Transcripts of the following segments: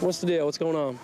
What's the deal? What's going on?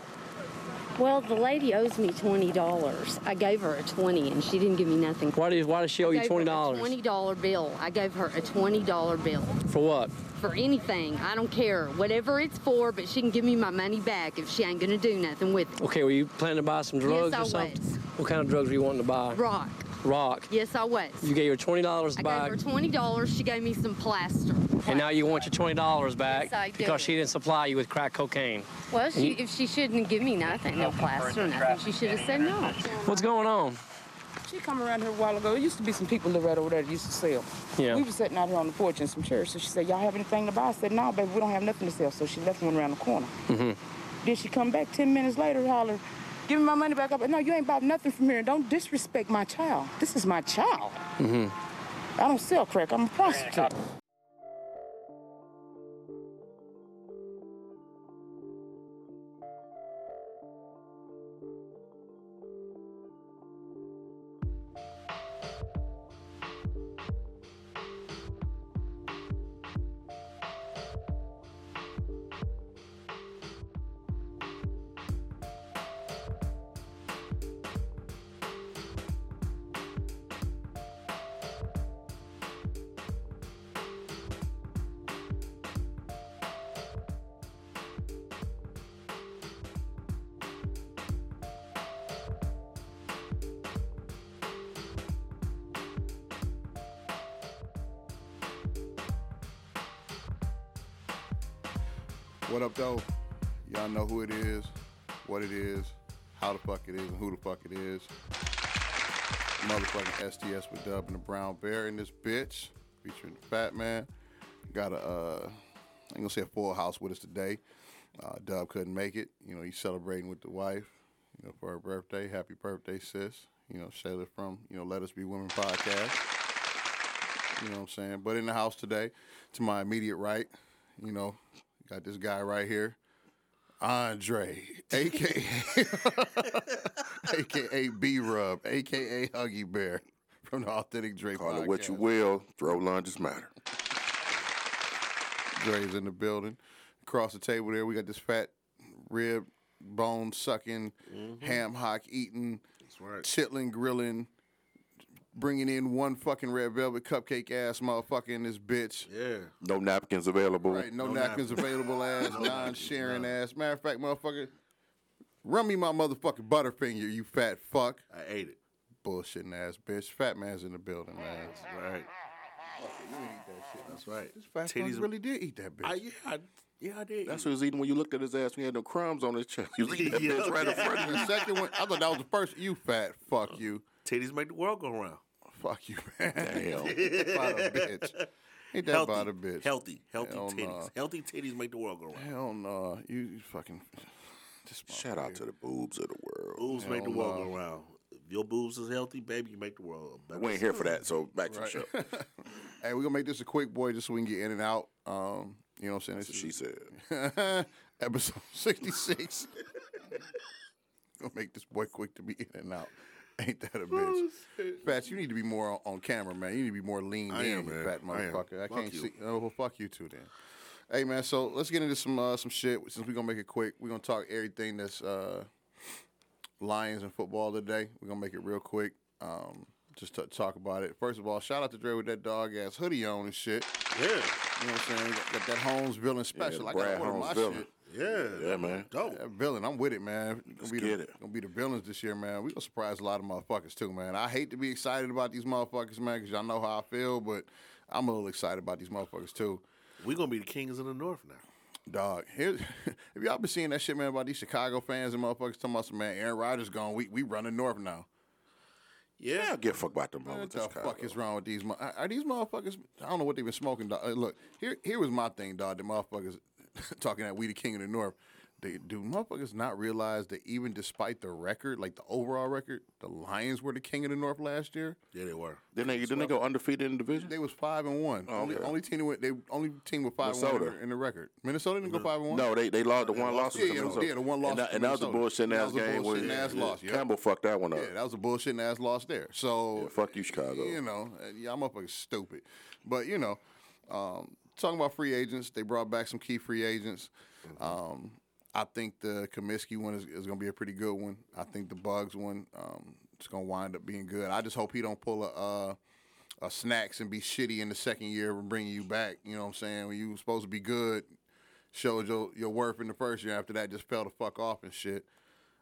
Well, the lady owes me twenty dollars. I gave her a twenty, and she didn't give me nothing. Why do you, why does she owe you Gave her twenty a dollars Twenty dollar bill. I gave her a twenty dollar bill for what? for anything. I don't care, whatever it's for. But she can give me my money back if she ain't gonna do nothing with it. Okay, were you planning to buy some drugs I or was. something? What kind of drugs were you wanting to buy? Rock. Rock. Yes, I was. You gave her twenty dollars I back, gave her twenty dollars. She gave me some plaster. and now you want your twenty dollars back Yes, I do. because she didn't supply you with crack cocaine. Well, she, if she shouldn't give me nothing, no plaster, nothing, she should have said no. What's going on? She come around here a while ago. There used to be some people that right over there that used to sell. Yeah. We was sitting out here on the porch in some chairs. So she said, y'all have anything to buy? I said, no, baby, we don't have nothing to sell. So she left one around the corner. Then she come back 10 minutes later hollering, give me my money back. up. no, you ain't bought nothing from here. And don't disrespect my child. This is my child. I don't sell crack. I'm a prostitute. What up, though? Y'all know who it is, what it is, how the fuck it is, and who the fuck it is. Motherfucking STS with Dub and the Brown Bear in this bitch, featuring the Fat Man. Got a, uh, I'm gonna say a full house with us today. Uh, Dub couldn't make it. You know, he's celebrating with the wife, you know, for her birthday. Happy birthday, sis. You know, Shayla from, you know, Let Us Be Women podcast. You know what I'm saying? But in the house today, to my immediate right, you know, got this guy right here, Andre, aka aka B Rub, aka Huggy Bear from the Authentic Dre Call podcast. it what you will, throw lunges matter. Dre's in the building. Across the table there, we got this fat rib, bone sucking, Mm-hmm. ham hock eating, chitlin grilling, bringing in one fucking red velvet cupcake ass motherfucker in this bitch. Yeah. No napkins available. Right, no, napkins available ass, non sharing ass. Matter of fact, motherfucker, run me my motherfucking butterfinger, you fat fuck. I ate it. Bullshitting ass bitch. Fat man's in the building, man. Right. That's right. This fat fuck Titties- really did eat that bitch. I, Ah, yeah, I, yeah, I did. That's what he was eating when you looked at his ass. We had no crumbs on his chest. He was eating that bitch right in front of the second one, I thought that was the first. You fat fuck you. titties make the world go round. Fuck you, man. Damn. about a bitch. Ain't that Healthy, about a bitch. healthy, healthy Hell titties. nah. Healthy titties make the world go round. Hell no. You, you fucking. This Shout out to the boobs of the world. Boobs make the world go round. If your boobs is healthy, baby, you make the world a better. We ain't here for that, so back to the show. Hey, we're gonna make this a quick boy just so we can get in and out. Um, you know what I'm saying? This That's what she said. said. Episode 66. gonna make this boy quick to be in and out. Ain't that a Oh, bitch? Fats, you need to be more on, on camera, man. You need to be more leaned I in, am, you man. fat I am. motherfucker. I, Fuck can't you. see. Oh, well, fuck you too, then. Hey, man. So let's get into some uh, some shit. Since we're gonna make it quick, we're gonna talk everything that's uh, Lions and football today. We're gonna make it real quick. Um, just to talk about it. First of all, shout out to Dre with that dog ass hoodie on and shit. Yeah, You know what I'm saying? Got that Holmes villain special. I Brad got one of Holmes my villain. shit. Oh. yeah, Yeah, man. Dope. That villain, I'm with it, man. Gonna be get the, it. Gonna be the villains this year, man. We gonna surprise a lot of motherfuckers too, man. I hate to be excited about these motherfuckers, man, because y'all know how I feel, but I'm a little excited about these motherfuckers too. We gonna be the kings in the north now. Dog, here, if y'all been seeing that shit, man, about these Chicago fans and motherfuckers talking about some man, Aaron Rodgers gone. We we running north now. Yeah, Yeah, I give a fuck about them What moments. the fuck is wrong with these? mo- Are are these motherfuckers? I don't know what they've been smoking. Dog. Uh, Look, here, here was my thing, dog. The motherfuckers talking that we the king of the north. They, do motherfuckers not realize that even despite the record, like the overall record, the Lions were the king of the north last year. yeah, they were. Then they, then they go undefeated in the division? They was five and one. only, okay. only team that went. They only team with five and one in Oh, Minnesota. Mm-hmm. the, in the record. Minnesota didn't go five and one. No, they they lost the one loss. lost to to Minnesota. Minnesota. Yeah, the one loss And that, to and that was a Minnesota. bullshitting That ass was a game. where- bullshitting ass loss, yeah. Campbell fucked that one up. Yeah, that was a bullshitting ass loss there. So Yeah, fuck you, Chicago. You know, uh, y'all motherfuckers stupid. But you Mm-hmm. know, um, talking about free agents, they brought back some key free agents. Um, I think the Comiskey one is, is going to be a pretty good one. I think the Bugs one um, is going to wind up being good. I just hope he don't pull a, uh, a snacks and be shitty in the second year and bring you back. You know what I'm saying? When you were supposed to be good, showed your, your worth in the first year. After that, just fell the fuck off and shit.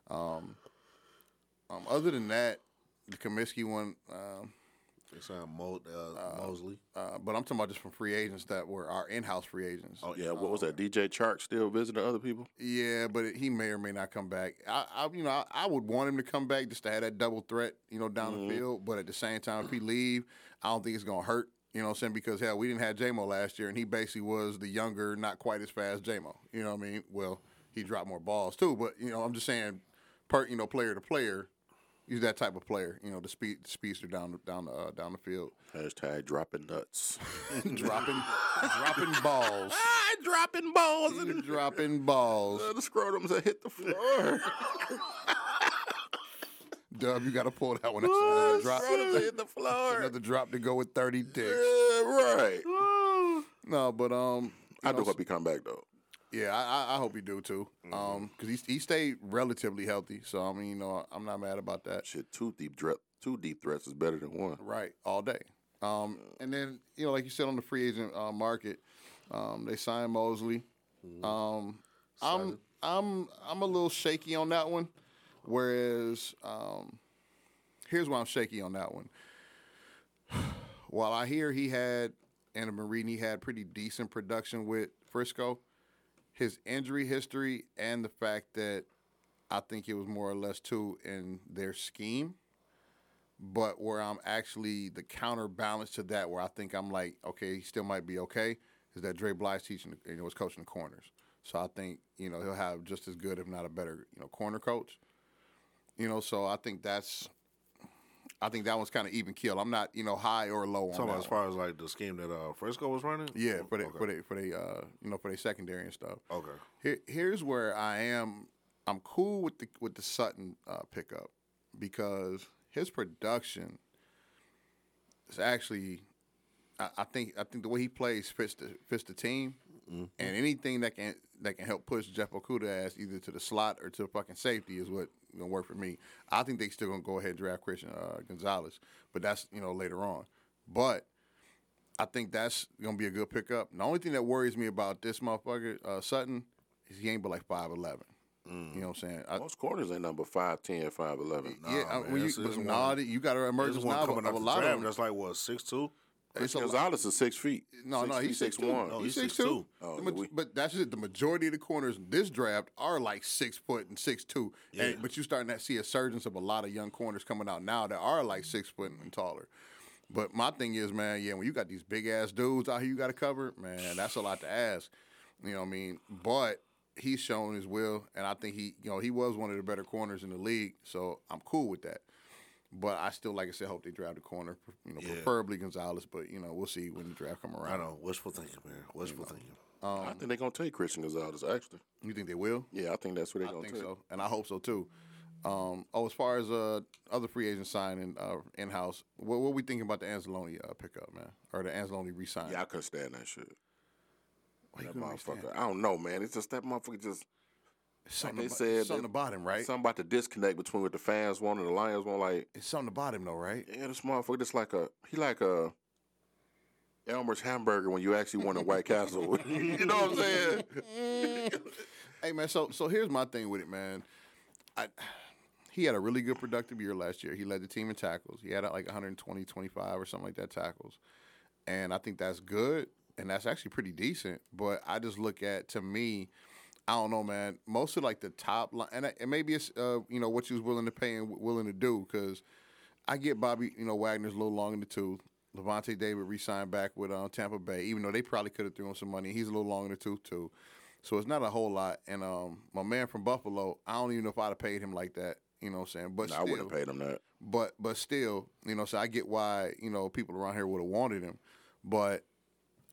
Um, um, other than that, the Comiskey one, um, It sound Mo, uh, Mosley. uh, but I'm talking about just from free agents that were our in-house free agents. Oh Yeah, what was that? DJ Chark still visiting other people? Yeah, but he may or may not come back. I, I you know, I, I would want him to come back just to have that double threat, you know, down the field. But at the same time, if he leave, I don't think it's gonna hurt. You know what I'm saying? Because hell, we didn't have JMO last year, and he basically was the younger, not quite as fast JMO. You know what I mean? Well, he dropped more balls too, but you know, I'm just saying, per you know, player to player, he's that type of player. You know, the speed the speedster down the down the uh, down the field, Hashtag dropping nuts. dropping dropping balls, ah, dropping balls and dropping balls. the scrotums that hit the floor. Dub, you got to pull that one. That's another drop. scrotums that hit the floor. Another drop to go with 30 dicks. Yeah, right. No, but um, I you do know, hope Mm-hmm. he come back though. yeah, I, I- I hope you do too. Um, because he he stayed relatively healthy, so I mean, you know, I'm not mad about that. Shit, two deep threat, two deep threats is better than one. Right, all day. Um, and then you know, like you said on the free agent uh, market, um, they signed Mosley. Um, I'm I'm I'm a little shaky on that one. Whereas, um, here's why I'm shaky on that one. While I hear he had and I've been reading he had pretty decent production with Frisco, his injury history and the fact that I think it was more or less two in their scheme but where I'm actually the counterbalance to that, where I think I'm like, okay, he still might be okay, is that Dre Bly's teaching, you know, was coaching the corners. So I think you know he'll have just as good, if not a better, you know, corner coach. You know, so I think that's, I think that one's kind of even keel. I'm not, you know, high or low on Talking that. about as one. far as like the scheme that uh, Frisco was running. Yeah, for the, Oh, okay. for the, for the, uh, you know, for the secondary and stuff. okay. Here, here's where I am. I'm cool with the with the Sutton uh, pickup because his production is actually. I, I think I think the way he plays fits the fits the team, and anything that can that can help push Jeff Okuda ass either to the slot or to fucking safety is what gonna work for me. I think they still gonna go ahead and draft Christian uh, Gonzalez, but that's you know later on. But I think that's gonna be a good pickup. The only thing that worries me about this motherfucker uh, Sutton is he ain't but like five eleven. You know what I'm saying? I, Most corners ain't number 5'10", 5'11". yeah, I, man, when you, it's- it's but one- nah, you got to emerge There's one now. coming Of up a the lot draft of them. that's like what six two. It's a Christian lot- Gonzalez is six feet. No, no, he's six one. No, he's he's six two. 6'2". Oh, The ma- yeah, we- but that's it. The majority of the corners in this draft are like six foot and six two. And, but you're starting to see a surgence of a lot of young corners coming out now that are like six foot and taller. But my thing is, man, yeah, when you got these big ass dudes out here, you got to cover, man. That's a lot to ask. You know what I mean? But he's shown his will, and I think he, you know, he was one of the better corners in the league. So I'm cool with that. But I still, like I said, hope they draft the corner, you know, preferably Gonzalez. But you know, we'll see when the draft come around. I know. Wishful thinking, man. Wishful thinking. I Um, think they're gonna take Christian Gonzalez. Actually, You think they will? yeah, I think that's what they're I gonna think take. so, and I hope so too. Um, oh, as far as uh, other free agent signing uh, in house, what what we thinking about the Anzalone uh, pickup, man, or the Anzalone resign? Yeah, I couldn't stand that shit. you That couldn't understand? motherfucker. I don't know, man. It's just that motherfucker just something, they about, said something that- about him, right? something about the disconnect between what the fans want and the Lions want. Like, it's something about him, though, right? yeah, this motherfucker just like a he like a Elmer's hamburger when you actually went to White Castle. you know what I'm saying? Hey, man. So so here's my thing with it, man. I he had a really good productive year last year. He led the team in tackles. He had uh, like 120, 25 or something like that tackles, and I think that's good and that's actually pretty decent. But I just look at to me. I don't know, man. Most of like the top line, and, I- and maybe it's uh, you know what you was willing to pay and w- willing to do. Because I get Bobby, you know Wagner's a little long in the tooth. Levante David re-signed back with uh, Tampa Bay, even though they probably could have threw him some money. He's a little long in the tooth too, so it's not a whole lot. And um, my man from Buffalo, I don't even know if I'd have paid him like that. You know what I'm saying? But Nah, I still, wouldn't have paid him that. but but still, you know, so I get why you know people around here would have wanted him, but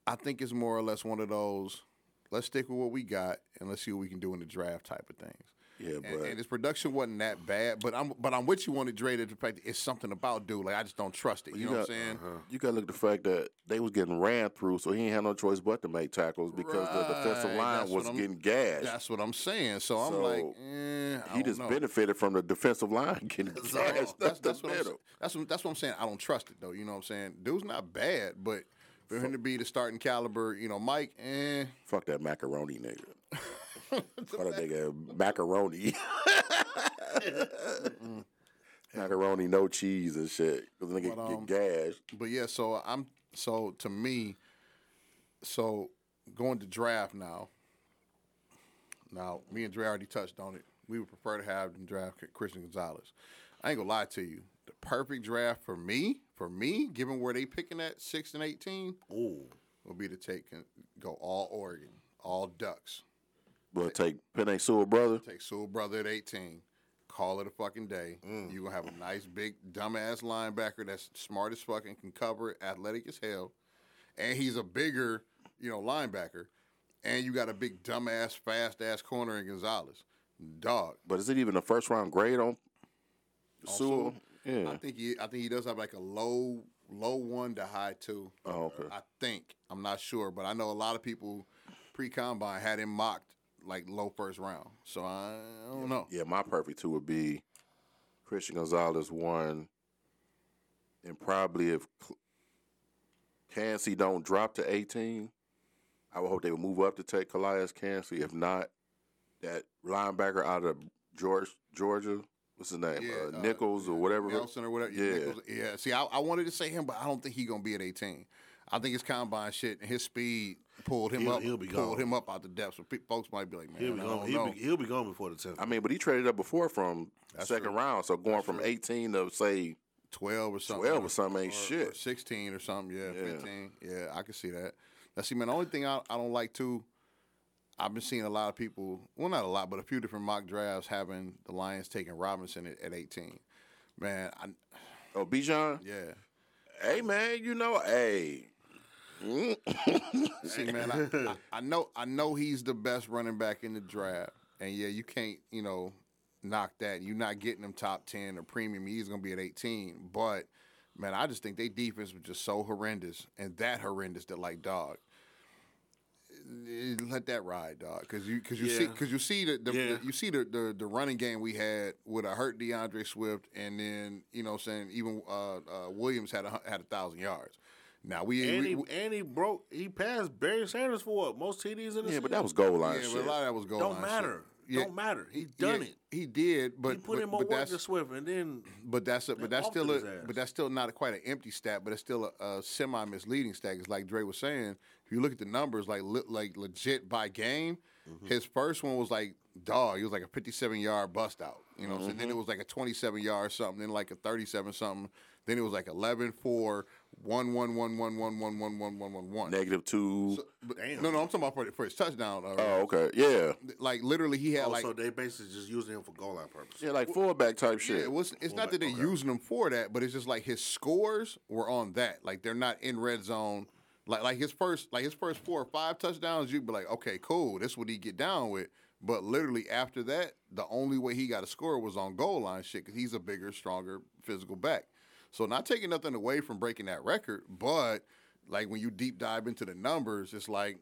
I think it's more or less one of those. Let's stick with what we got and let's see what we can do in the draft type of things. Yeah, and, but- and his production wasn't that bad. But I'm but I'm with you on it, Dre. That the fact that it's something about dude. Like I just don't trust it. You, know what I'm saying? You got uh-huh. to look at the fact that they was getting ran through, so he ain't had no choice but to make tackles because the defensive Right, line that's what was I'm- getting gashed. That's what I'm saying. So I'm So, like, eh, I he don't just know. benefited from the defensive line getting So, gashed. that's, That's, that's the what I'm, middle. that's what that's what I'm saying. I don't trust it though. You know what I'm saying? Dude's not bad, but for him to be the starting caliber, you know, Mike, eh, Fuck that macaroni nigga. Call that nigga macaroni. macaroni, no cheese and shit. Because nigga But, um, get gashed. but yeah. So I'm so to me, so going to draft now. Now me and Dre already touched on it. We would prefer to have them draft Christian Gonzalez. I ain't gonna lie to you. The perfect draft for me, for me, given where they picking at six and eighteen, Ooh. would be to take and go all Oregon, all Ducks. But take Penny Sewell, brother. Take Sewell brother at 18. Call it a fucking day. Mm. you going to have a nice, big, dumbass linebacker that's smart as fuck and can cover, athletic as hell. And he's a bigger, you know, linebacker. And you got a big, dumbass, fast ass corner in Gonzalez. Dog. But is it even a first round grade on, Sewell? Sewell? Yeah. I think he I think he does have like a low low one to high two. Oh, okay. I think. I'm not sure, but I know a lot of people pre combine had him mocked like low first round. So I, I don't know. Yeah, my perfect two would be Christian Gonzalez one, and probably if Cl- Cansey don't drop to eighteen, I would hope they would move up to take Calais Cansey. If not, that linebacker out of George Georgia, what's his name, uh, uh, Nichols or whatever. Nelson or whatever. Yeah, Yeah. Nichols. yeah. See, I, I wanted to say him, but I don't think he gonna be at eighteen. I think his combine shit and his speed pulled him He'll- up. he'll be pulled gone. him up out the depths. So pe- folks might be like, man, He'll be I gone. don't He'll know. be, he'll be gone before the tenth. I mean, but he traded up before from second true. round, so going from eighteen to say twelve or something. twelve or something ain't or shit. sixteen or something. Yeah, Yeah. fifteen. Yeah, I can see that. Now, see, man, the only thing I, I don't like too. I've been seeing a lot of people, well, not a lot, but a few different mock drafts having the Lions taking Robinson at, at 18. Man, I, Oh, Bijan, yeah. hey man, you know, hey, See, man, I, I, I know I know he's the best running back in the draft, and yeah, you can't you know knock that. You're not getting him top ten or premium. He's gonna be at 18, but man, I just think they defense was just so horrendous and that horrendous that like dog. eh, Let that ride, dog, because you because you see Yeah. because you see the, the, Yeah. the you see the, the the running game we had with a hurt DeAndre Swift, and then you know what I'm saying even uh, uh, Williams had a, hun- had a thousand yards. Now we and, we- he, we- and he broke. He passed Barry Sanders for what, most TDs in the yeah, season? but that was goal line Yeah, shit. but a lot of that was goal Don't line matter. shit. Yeah, Don't matter. He done yeah, it. He did, but He put but, in more but work that's to Swift, and then but that's a, but that's off still to a his ass. but that's still not quite an empty stat, but it's still a, a semi misleading stat. Because like Dre was saying, if you look at the numbers, like le- like legit by game, Mm-hmm. his first one was like dog. It was like a fifty seven yard bust out. You know, what I'm saying? then Mm-hmm. it was like a twenty seven yard something, then like a thirty seven something, then it was like 11, 4, 1, 1, 1, 1, 1, 1, 1, 1, 1, 1, 1. negative two. But- No, no, I'm talking about for, for his touchdown. Uh, oh, okay, yeah, Like literally, he had oh, like so they basically just using him for goal line purpose. yeah, like fullback type Yeah, shit. it was, it's not that they're using him for that, but it's just like his scores were on that. Like they're not in red zone. Like like his first like his first four or five touchdowns, you'd be like, okay, cool, this what he get down with. But literally after that, the only way he got a score was on goal line shit because he's a bigger, stronger, physical back. So not taking nothing away from breaking that record, but like when you deep dive into the numbers, it's like,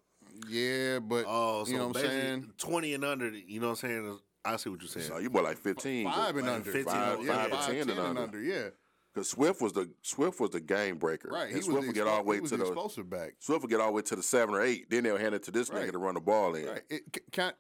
yeah, but Oh, so you know what I'm basically saying? twenty and under. You know what I'm saying? I see what you're saying. So you more like fifteen. Five and like under, 15, five, yeah, five to five, 10 and 10 and under. under, yeah. because Swift was the Swift was the game breaker. Right. and Swift would get all the way he was to the the explosive back. Swift would get all the way to the seven or eight. Then they'll hand it to this Right. nigga to run the ball in. Right. It, ki- kind,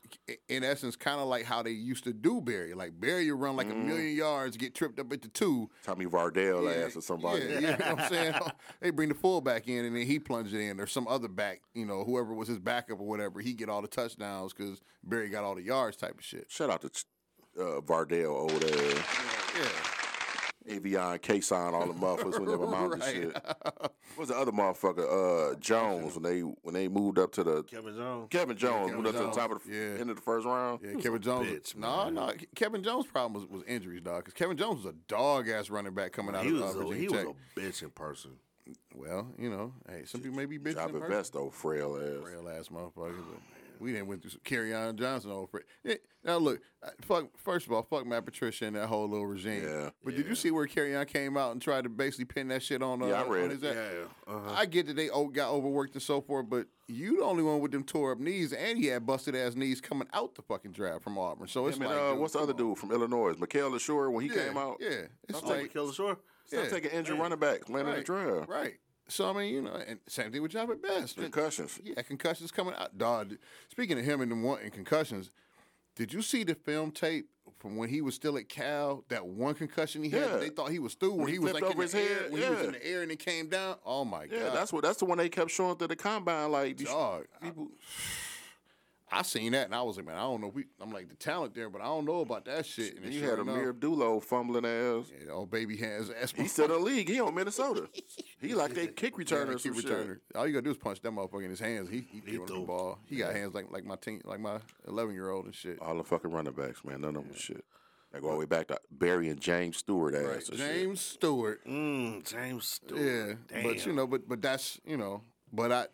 in essence, kind of like how they used to do Barry. Like Barry would run like a million yards, get tripped up at the two. Tommy Vardell Yeah, ass or somebody. Yeah, you know what I'm saying? they bring the fullback in and then he plunged it in, or some other back, you know, whoever was his backup or whatever, he get all the touchdowns because Barry got all the yards type of shit. Shout out to uh, Vardell, old uh, Yeah. Avion, Kason, all the motherfuckers when they were mounting Right. shit. What's the other motherfucker? Uh, Jones when they when they moved up to the Kevin Jones. Kevin Jones Kevin moved up to the Jones. top of the Yeah. end of the first round. Yeah, Kevin Jones. bitch, no, no. Kevin Jones' problem was, was injuries, dog. Because Kevin Jones was a dog ass running back coming out He of uh, was a, Virginia he Tech. was a bitch in person. well, you know, hey, some people may be bitching. Job in person. invest though, frail ass. Real ass motherfucker. But, man, We didn't went through carry on Johnson over. It. Now look, I- fuck. First of all, fuck Matt Patricia and that whole little regime. Yeah. But did you see where carry on came out and tried to basically pin that shit on? Uh, Yeah, I read on it. his ass? Yeah. Uh-huh. I get that they o- got overworked and so forth, but you the only one with them tore up knees, and he had busted ass knees coming out the fucking draft from Auburn. So it's Him and, like, uh, dude, what's the other come on. dude from Illinois? Mikhail Ashore when he Yeah, came out. Yeah, it's I'm Like, like like- Killer Shore. Stop yeah. taking injured running backs, man, in the right, draft. right. So I mean, you know, and same thing with Jabba Best. Concussions. Yeah, concussions coming out. Dog, speaking of him and them wanting concussions, did you see the film tape from when he was still at Cal? That one concussion he had, Yeah. that they thought he was through when, he he, was flipped like in over the his air, head, when he was yeah. in the air and it came down. Oh my Yeah, god, that's what. That's the one they kept showing through the combine. Like these dog. I, people, I seen that and I was like, man, I don't know. We, I'm like the talent there, but I don't know about that shit. And And then you sure had enough, Amir Abdullah fumbling ass. yeah, the old baby hands. ass- He's still in the league. He on Minnesota. He like they kick Yeah, returner or like some kick returner. All you gotta do is punch that motherfucker in his hands. He he, throwing do. the ball. He got hands like like my teen, like my eleven year old and shit. All the fucking running backs, man. None of them shit. They go all the way back to Barry and James Stewart ass. right, and shit. James Stewart. Mm, James Stewart. Yeah, Damn. but you know, but but that's you know, but I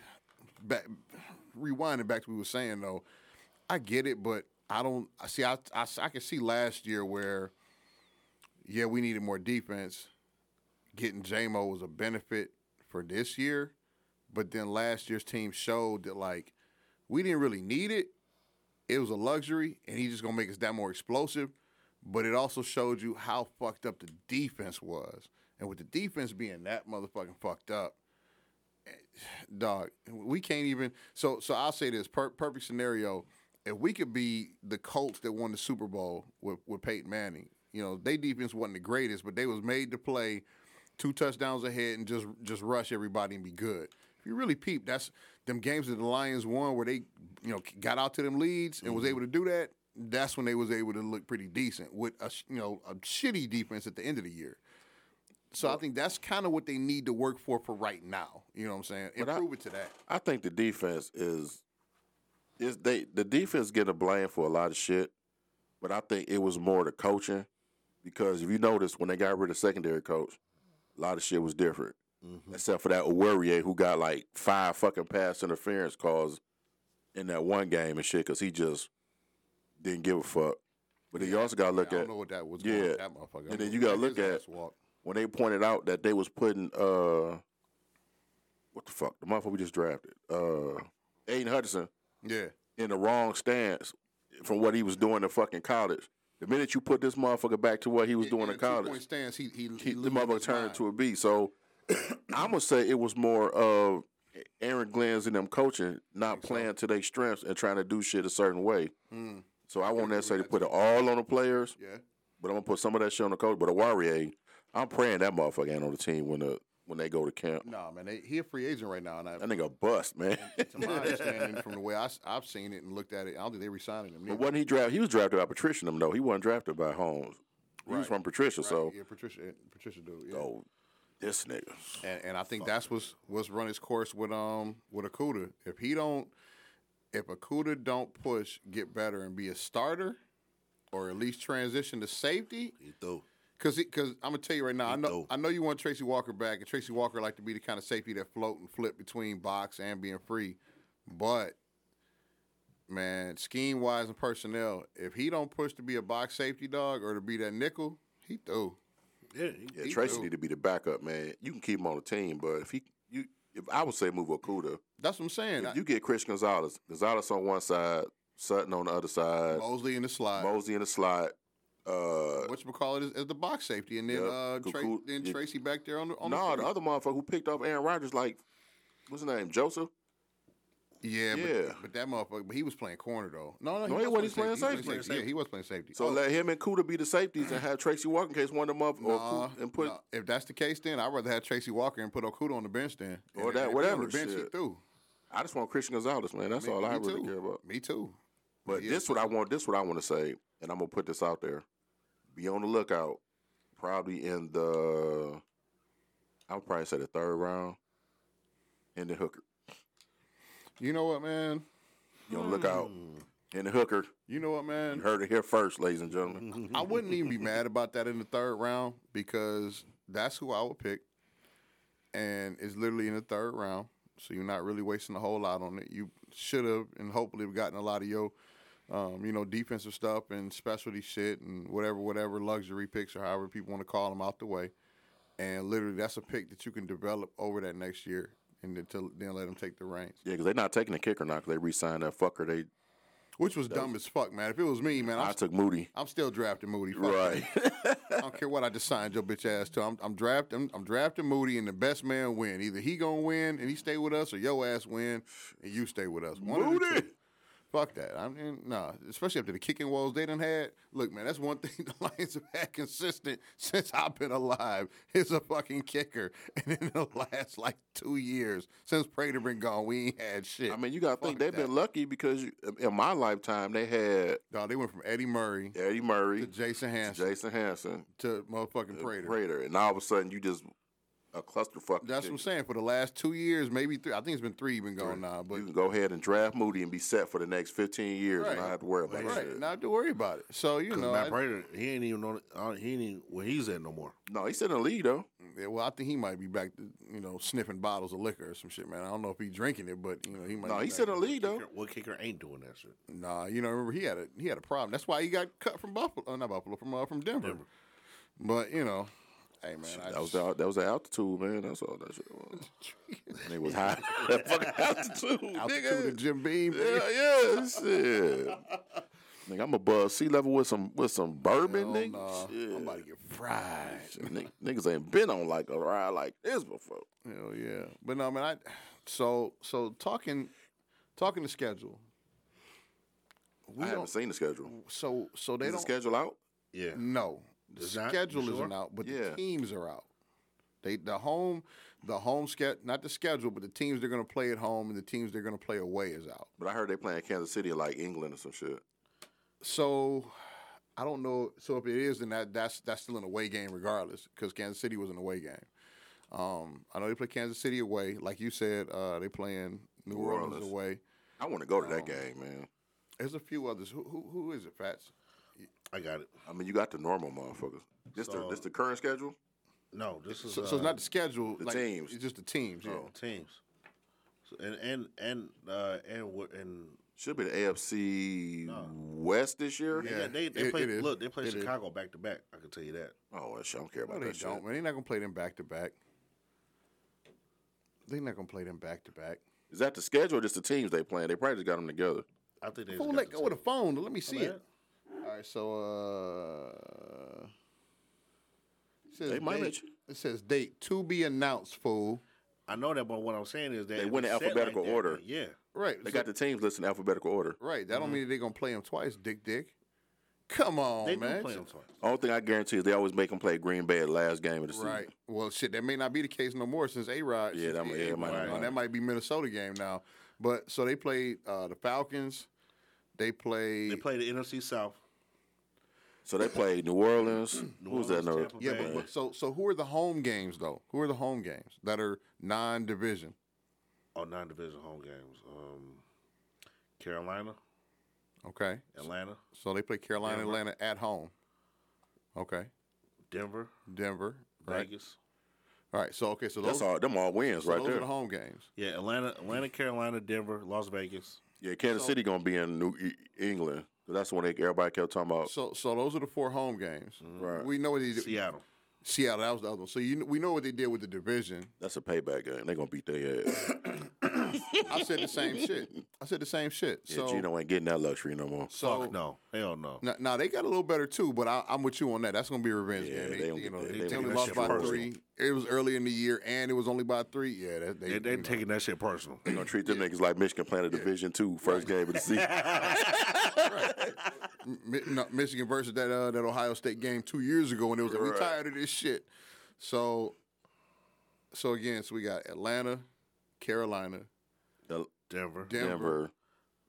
back rewinding back to what we were saying though, I get it, but I don't. I see. I I, I can see last year where, yeah, we needed more defense. Getting JMO was a benefit for this year, but then last year's team showed that like we didn't really need it. It was a luxury, and he's just gonna make us that more explosive. But it also showed you how fucked up the defense was, and with the defense being that motherfucking fucked up, eh, dog, we can't even. So, so I'll say this: per, perfect scenario, if we could be the Colts that won the Super Bowl with with Peyton Manning, you know, they defense wasn't the greatest, but they was made to play two touchdowns ahead and just just rush everybody and be good. If you really peep, that's them games that the Lions won where they you know got out to them leads and was able to do that. That's when they was able to look pretty decent with a sh- you know a shitty defense at the end of the year. So I think that's kind of what they need to work for for right now. You know what I'm saying? I- Improve it to that. I think the defense is is they the defense getting blamed for a lot of shit, but I think it was more the coaching because if you notice when they got rid of secondary coach, a lot of shit was different. Mm-hmm. Except for that Warrior who got like five fucking pass interference calls in that one game and shit because he just didn't give a fuck. But then you also got to look I at don't know what that was. Yeah. Yeah, going, that motherfucker. And then you gotta look at- when they pointed out that they was putting uh what the fuck the motherfucker we just drafted uh Aiden Hutchinson Yeah, in the wrong stance from what he was doing in fucking college. The minute you put this motherfucker back to what he was doing in Point college, stance. He he, he, the loses motherfucker his turned mind. into a beast. So I'm gonna say it was more of Aaron Glenn's and them coaching not playing to their strengths and trying to do shit a certain way. So I won't necessarily put it all on the players, yeah. but I'm gonna put some of that shit on the coach. But a Warrior, I'm praying that motherfucker ain't on the team when the when they go to camp. Nah, man, they, he a free agent right now, and I, That nigga a bust, man. to my understanding, from the way I, have seen it and looked at it, I don't think they re-signing him. But neither. wasn't he drafted? He was drafted by Patricia, and them though. He wasn't drafted by Holmes. He was Right. from Patricia, so yeah, Patricia, yeah, Patricia do. Yeah. oh, this nigga. and and I think that's what's what's run his course with um with Akuda. If he don't, if Akuda don't push, get better, and be a starter, or at least transition to safety, He threw. Cause, he, cause I'm gonna tell you right now. I know, dope. I know you want Tracy Walker back, and Tracy Walker like to be the kind of safety that float and flip between box and being free. But man, scheme wise and personnel, if he don't push to be a box safety dog or to be that nickel, he through. Yeah, he, Yeah, He Tracy do. need to be the backup, man. You can keep him on the team, but if he, you, if I would say move Okuda. That's what I'm saying. If you get Christian Gonzalez, Gonzalez on one side, Sutton on the other side, Mosley in the slide. Mosey in the slot. Uh, What you call it is, is the box safety, and then Yeah, uh, Cuckoo- Tra- then yeah. Tracy back there on the on no, the, the free. other motherfucker who picked up Aaron Rodgers, like what's his name, Joseph. yeah, Yeah. But, but that motherfucker, but he was playing corner though. No, No, he was wasn't. He's playing He was safety. Yeah, he was playing safety. So Oh, let him and Kuda be the safeties and have Tracy Walker in case one of them up or Nah, Kuda- and put nah. if that's the case, then I'd rather have Tracy Walker and put Okuda on the bench then. Or And that- if he on whatever the bench he shit. through. I just want Christian Gonzalez, man. That's Me- all I me really too. care about. Me too. But Yeah. this what I want. This what I want to say, and I'm gonna put this out there. Be on the lookout. Probably in the, I'll probably say the third round, and the hooker. You know what, man? Be on the lookout. Hmm. And the hooker. You know what, man? You heard it here first, ladies and gentlemen. I wouldn't even be mad about that in the third round because that's who I would pick. And it's literally in the third round. So you're not really wasting a whole lot on it. You should have, and hopefully have gotten a lot of your, um, you know, defensive stuff and specialty shit and whatever, whatever luxury picks or however people want to call them out the way. And literally, that's a pick that you can develop over that next year, and then, to, then let them take the reins. Yeah, because they're not taking a kicker now because they re-signed that fucker. They Which was dumb as fuck, man. If it was me, man, I I'm, took Moody. I'm still drafting Moody. Fuck I don't care what I just signed your bitch ass to. I'm, I'm drafting. I'm, drafting Moody, and the best man win. Either he gonna win and he stay with us, or your ass win and you stay with us. One of the Moody! two. Fuck that. I mean, nah. Especially after the kicking woes they done had. Look, man, that's one thing the Lions have had consistent since I've been alive. It's a fucking kicker, and in the last like two years since Prater been gone, we ain't had shit. I mean, you gotta Fuck think they've that. been lucky because you, in my lifetime they had Dawg, they went from Eddie Murray Eddie Murray, to Jason Hanson Jason Uh, Hanson, to motherfucking Prater. Prater, and all of a sudden you just a clusterfuck. of That's what I'm kickers. saying. For the last two years, maybe three. I think it's been three. You've been going now, Uh, but you can go ahead and draft Moody and be set for the next 15 years and Right. not have to worry about right, shit. not to worry about it. So you Because know, Matt I, Prater, he ain't even on. uh, He ain't even where he's at no more. No, he's in the league though. yeah, well, I think he might be back, to, you know, sniffing bottles of liquor or some shit, man. I don't know if he's drinking it, but you know, he might. No, be he's back. in the league though. Kicker- What kicker ain't doing that shit? Nah, you know, remember he had a he had a problem. That's why he got cut from Buffalo, uh, not Buffalo, from uh, from Denver. Denver. But you know, hey man, I That was just, the, that was the altitude, man. That's all that shit was. and it was high. that fucking altitude, altitude to nigga. Jim Beam. Yeah, yeah, shit. Nigga, I'm above sea level with some with some bourbon, Hell nigga. nah. Shit. I'm about to get fried. Nigg- Niggas ain't been on like a ride like this before. Hell yeah. But no, man, I so so talking talking the schedule. We I don't haven't seen the schedule. so so they Is the don't schedule out? Yeah. No, the It's not? schedule You isn't sure? out, but the Yeah. teams are out. They the home, the home schedule, not the schedule, but the teams they're going to play at home and the teams they're going to play away is out. But I heard they playing Kansas City like England or some shit. So I don't know. So if it is, then that that's that's still an away game regardless, because Kansas City was an away game. Um, I know they play Kansas City away, like you said. Uh, they playing New New Orleans, Orleans. away. I want to go Oh. to that game, man. There's a few others. Who who, who is it, Fats? I got it. I mean, you got the normal motherfuckers. This the this the current schedule. No, this is So, so it's not the schedule. the like, teams. Oh. It's just the teams. Yeah. uh, teams. So, and and and uh, and we're- and Should be the AFC West this year. yeah, they they it- play. it is. Look, they play It is. Chicago back to back. I can tell you that. Oh, well, shit, I don't care No, about they that shit. don't, man. They're not gonna play them back to back. They're not gonna play them back to back. Is that the schedule? or Just the teams they playing? They probably just got them together. I think they. just Oh, got let the go of the team. phone. Let me see man. it. All right, so uh, it says They might date- let you. It says date to be announced, fool. I know that, but what I'm saying is that They if went it's in set like alphabetical that, order. then Yeah, Right. They so- got the Mm-hmm. teams listed in alphabetical order. right. That don't mean they're gonna play them twice, Dick. Dick. Come on, they Oh, man. do play them twice. Only thing I guarantee is they always make them play Green Bay at last game of the season. Right. Well, shit, that may not be the case no more since A Rod. Yeah, that might- yeah, it might not be. That might be Minnesota game now. But so they played uh, the Falcons. They played. They play the NFC South. So they play New Orleans. Who was that? Orleans, No, Tampa Yeah, but, Bay. but so so who are the home games though? Who are the home games that are non-division? Oh, non-division home games. Um, Carolina, Okay, Atlanta, so they play Carolina, Atlanta at home. Okay, Denver, Denver, right? Vegas. All right, so okay, so those, that's all. Them all wins so right those there. are the home games. Yeah, Atlanta, Atlanta, Carolina, Denver, Las Vegas. yeah, Kansas City gonna be in New E- England. That's when they, everybody kept talking about. So so those are the four home games. Right. We know what they did. Mm-hmm. Seattle. Seattle, that was the other one. So you we know what they did with the division. That's a payback game. They gonna beat their ass. I said the same shit. I said the same shit. yeah, so Gino ain't getting that luxury no more. so Fuck no, hell no. Now, now they got a little better too, but I, I'm with you on that. That's gonna be a revenge Yeah, game. They, they don't you get know, that. they, They only don't lost get by that shit three. It was early in the year, and it was only by three. Yeah, that, they, They, they you know. taking that shit personal. They gonna treat them niggas like Michigan playing a Division Two first game of the season. Mi- no, Michigan versus that uh, that Ohio State game two years ago, and it was like, we Right. tired of this shit. So, so again, so we got Atlanta, Carolina, Denver. Denver, Denver,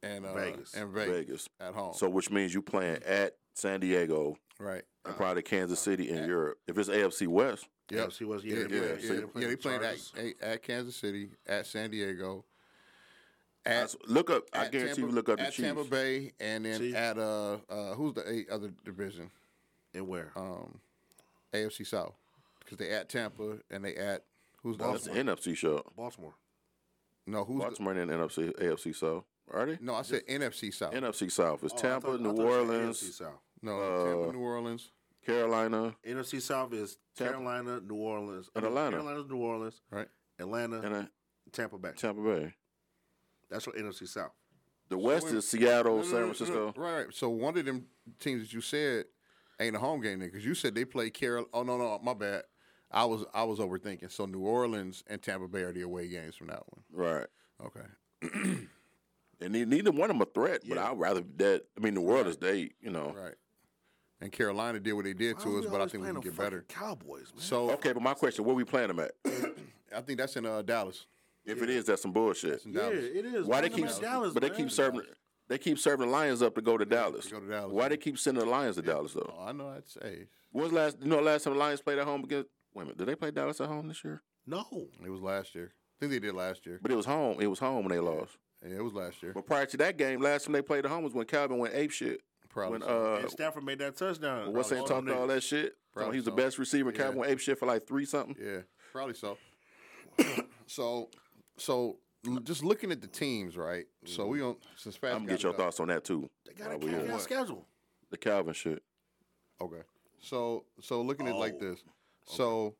and uh, Vegas. and Vegas, Mm-hmm. Vegas. at home. So which means you playing at San Diego right, and probably Uh-huh. Kansas City in Europe. If it's AFC West, Yep. AFC West, yeah, yeah, they yeah, play- yeah, they play yeah, They the played at, Chargers. at at Kansas City, at San Diego, at that's- look up. I at guarantee Tampa- you look up the at Tampa Chiefs. Bay, and then Chiefs. at uh, uh who's the eight other division? and where? Um, AFC South, because they at Tampa and they at who's the That's other the one? NFC show. Baltimore. no who's the, Baltimore in the NFC, AFC so Are they? No, I said NFC South. NFC South. It's Oh, I Tampa, thought- I New thought you said AFC Orleans, South. no, uh, Tampa, New Orleans. Carolina, NFC South is Tampa. Carolina, New Orleans, And Atlanta. Carolina's New Orleans, Right. Atlanta, Uh-huh. and uh, Tampa Bay. Tampa Bay. That's what NFC South. The West wait- is No, Seattle, no, San no, no, Francisco. Right, right. So one of them teams that you said ain't a home game then, because you said they play Carol. Oh no, no, my bad. I was I was overthinking. So New Orleans and Tampa Bay are the away games from that one. Right. Okay. And ne- neither one of them a threat, but Yeah. I'd rather that. I mean, the world is they, you know. Right. And Carolina did what they did Why to we us, but I always think we playing can get the better. fucking Cowboys, man. So Okay, but my question: Where we playing them at? I think that's in uh, Dallas. If it is, that's some bullshit. That's in yeah, Dallas. it is. Why they Playing them keep? at Dallas, but they man. keep serving. They keep serving the Lions up to go to Dallas. go to Dallas, Why yeah. they keep sending the Lions to Dallas though? Oh, I know that's hey. When's last? You know, last time the Lions played at home against. Wait a minute. Did they play Dallas at home this year? No, It was last year. I think they did last year. But it was home. It was home when they lost. Yeah, it was last year. But prior to that game, last time they played at home was when Calvin went ape shit. Probably. When so. uh, and Stafford made that touchdown. what's Oh, that talking all that shit? Probably he was the so. best receiver. Yeah. Calvin went ape shit for like three something. Yeah, probably so. so, so l- just looking at the teams, right? So we don't since Fast Mm-hmm. I'm gonna got get your it up- thoughts on that too. They got a While Oh, we on kick out schedule. the Calvin shit. Okay. So, so looking at it like Oh, this. So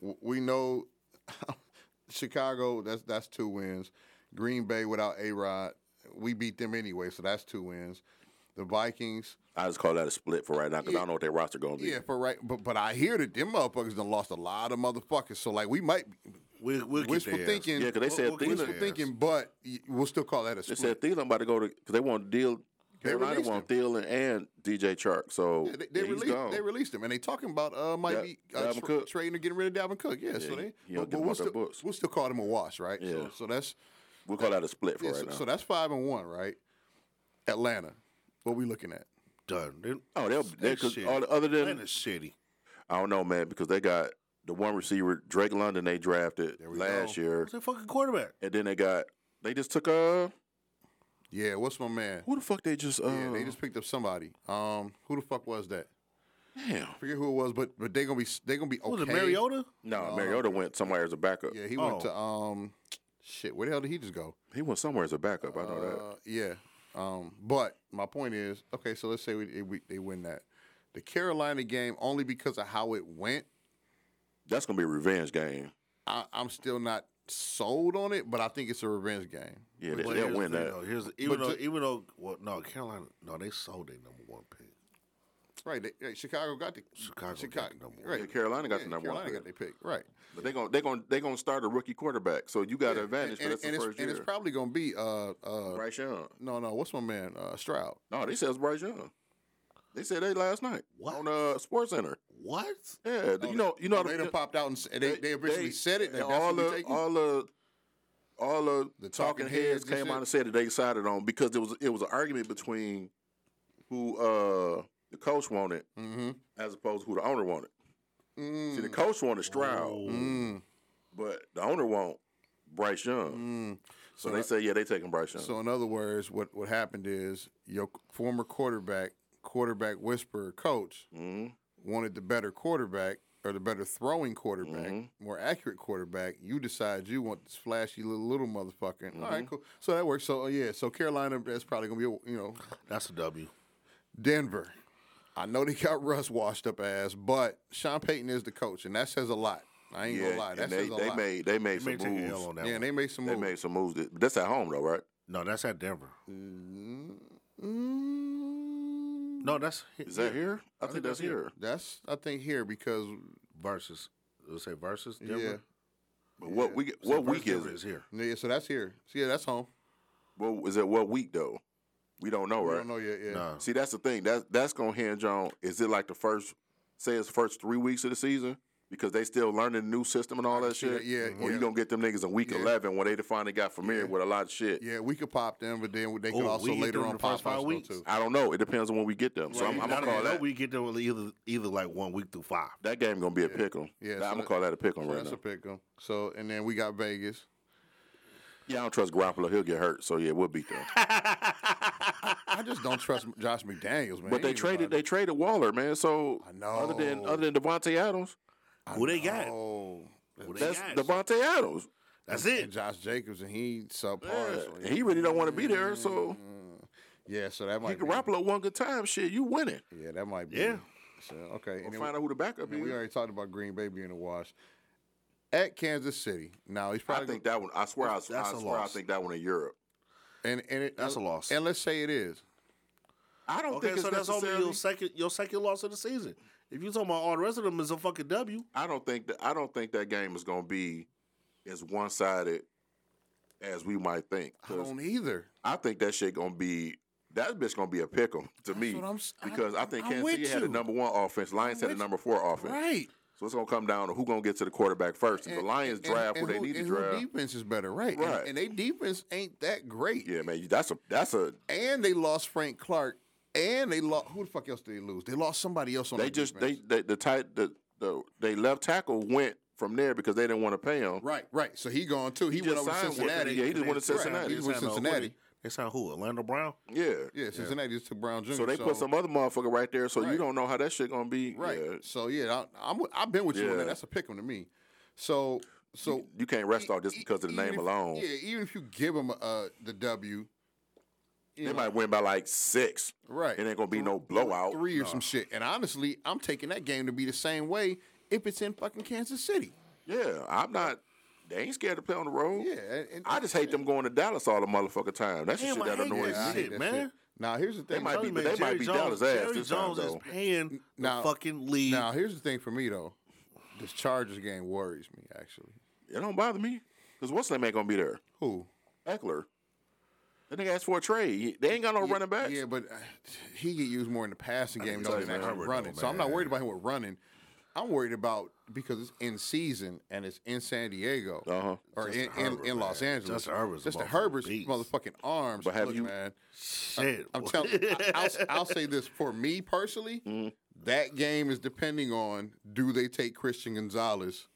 w- we know Chicago. That's that's two wins. Green Bay without A Rod, we beat them anyway, so that's two wins. The Vikings, I just call that a split for right now because I don't know what their roster gonna be. yeah, for right, but but I hear that them motherfuckers done lost a lot of motherfuckers. So like we might We, we'll get wishful their ass. thinking, Yeah, because they said What- what- Thielen. wishful yes. thinking, but y- we'll still call that a They split. said Thielen about to go to because they want deal. They Carolina released want Thielen and DJ Chark. So Yeah, they, they yeah, he's released gone. they released him, and they talking about uh might Yeah, be uh, Dalvin tra- Cook. trading or getting rid of Dalvin Cook. Yeah, so he- they he don't but, give but we'll him out their still books. we'll still call him a wash, right? Yeah. So, so that's we'll call that a split for yeah, right so, now. so that's five and one, right? Atlanta, what we looking at? done. They- oh, they'll they, cause shit. all, other than Atlanta's shitty. I don't know, man, because they got the one receiver Drake London they drafted last year, What's their fucking quarterback? and then they got they just took uh Yeah, what's my man? who the fuck they just uh Yeah, they just picked up somebody. Um, who the fuck was that? damn Forget who it was, but but they gonna be they gonna be okay. Was it Mariota? no Mariota went somewhere as a backup. Yeah, he Oh. went to um, shit. Where the hell did he just go? He went somewhere as a backup. I know that. Uh, yeah. Um, but my point is, okay, so let's say we, we they win that. The Carolina game, only because of how it went, That's gonna be a revenge game. I, I'm still not sold on it, but I think it's a revenge game. Yeah, they, But they'll here's win the thing, that. Though. Here's even But though ju- even though well no Carolina no they sold their number one pick. Right. They, right, Chicago got the Chicago got the number one. Right. Yeah, Carolina got the Yeah, number Carolina one. got Pick. their pick. Right. But they're gonna they're gonna they're gonna start a rookie quarterback. So you got an and, advantage. but that's and the it's, first and year. it's probably gonna be uh uh Bryce Young. no no what's my man uh Stroud No, they said it's Bryce Young. They said they last night What? on uh, Sports Center. What? Yeah, you know, you know, Oh, they the- done popped out and s- and they they originally said it and that's all what we the taking? all the all the, The talking talking heads heads and came shit? out and said that they decided on because it was it was an argument between who uh the coach wanted Mm-hmm. as opposed to who the owner wanted. Mm. See, the coach wanted Stroud, Oh. but the owner want Bryce Young. So, they say, yeah, they taking Bryce Young. Mm. So in other words, what what happened is your former quarterback, quarterback whisperer coach, Mm-hmm. wanted the better quarterback or the better throwing quarterback, Mm-hmm. more accurate quarterback. You decide you want this flashy little little motherfucker. All Mm-hmm. right, cool. So that works. So uh, yeah, so Carolina that's probably gonna be a- you know That's a W. Denver. I know they got Russ washed up ass, but Sean Payton is the coach, and that says a lot. I ain't yeah, gonna lie, that and says they, a they lot. made they made They may some take an L moves. on that yeah, one. and they made some They moves. made some moves. that- That's at home though, right? No, that's at Denver. Mm. No, that's Is that here? I, think, that's here. That's I think here because versus. Let's say versus Denver. yeah. But what we So what versus week is Denver it? is here? Yeah, so that's here. So yeah, that's home. Well, is it what week though? We don't Oh, know, I right? don't know yet. Yeah. No, See, that's the thing. That's that's gonna hinge on. Is it like the first, say, it's the first three weeks of the season because they still learning the new system and all that see shit. that. Yeah, Or you yeah. gonna get them niggas in week eleven when they finally got familiar with a lot of shit. Yeah, we could pop them, but then they could Oh, we also get later them on the first pop five us though, weeks. too. I don't know. It depends on when we get them. So I'm, I I'm gonna don't call know. that. We get there with either either like one week through five. That game gonna be a pickle. Yeah, so I'm gonna that- call that a pickle So right that's now. a pick 'em. So and then we got Vegas. yeah, I don't trust Garoppolo. He'll get hurt. So yeah, we'll beat them. I just don't trust Josh McDaniels, man. but they Ain't traded. They traded Waller, man. So I Other than know. other than Devontae Adams, Who nobody- they got? Oh, Who they that's got? Devontae Adams. That's And it. Josh Jacobs, and he subpar. Yeah, so he really don't want to be there, so yeah, so Mm-hmm. that he might. can Be, Garoppolo one good time. Shit, you winning. yeah, that might be. Yeah. So, okay. We'll and then- find out who the backup and we is. already talked about Green Bay being a wash. At Kansas City, now he's I probably think that one. I swear. I, I That's a swear. I loss. think that one in Europe. and and it, That's a loss. And let's say it is. I don't Okay, think so it's that's only necessarily. your second your second loss of the season. If you talking about all the rest of them is a fucking W. I don't think that. I don't think that game is going to be as one sided as we might think. I 'Cause don't either. I think that shit gonna be that bitch gonna be a pick'em to me what I'm s- I- because I, think I'm Kansas with City had the you. number one offense, Lions had the with number four offense. Right. So it's gonna come down to who gonna get to the quarterback first. If the Lions draft and, where they who- need to and who draft, defense is better, right? And- Right. And, they defense ain't that great. yeah, man, you- that's a that's a And they lost Frank Clark. And they lost. Who the fuck else did they lose? They lost somebody else on. they that just they, defense. they the tight the the they left tackle went from there because they didn't want to pay him. right, right. So he gone too. He, just went over to signed one. Cincinnati. Yeah, he just went to Right, Cincinnati. He went to Cincinnati. They sound who? Orlando Brown. Yeah, Yeah, Cincinnati just took Brown Jr. So they put some other motherfucker right there, so Right. you don't know how that shit gonna be. right. Yeah. So yeah, I, I'm. I've been with you on Yeah. that. That's a pick 'em to me. So so You can't rest off just e- because of the even name if- alone. Yeah, even if you give them uh, the W, They might win by like six. Right. It ain't gonna be no blowout. three or some shit. And honestly, I'm taking that game to be the same way if it's in fucking Kansas City. Yeah, I'm not. They ain't scared to play on the road. Yeah, and- and- I just hate them going to Dallas all the motherfucking time. That's Damn, the I shit that hate that annoys I me. hate Shit, that man. Now here's the thing. might Tell be- you, but man, they might Jerry be Jones, Dallas' ass Jerry this time, Jones is though. paying Now- the fucking league. Now here's the thing for me though. This Chargers game worries me actually. It don't bother me because what's name ain't gonna be there? Who? Eckler. That nigga asked for a trade. They ain't got no running backs. Yeah, but uh, he get used more in the passing game it's though like than actually Herbert, though, running. so I'm not man. worried about him with running. I'm worried about because it's in season and it's in San Diego Uh-huh. or in, Justin in, Herbert, in Los man. Angeles. Justin Herbert's a Justin motherfucking Herbert's beast. motherfucking arms. But have Look, you- man. Shit. I'm telling. I- I'll, s- I'll say this for me personally. Mm-hmm. That game is depending on do they take Christian Gonzalez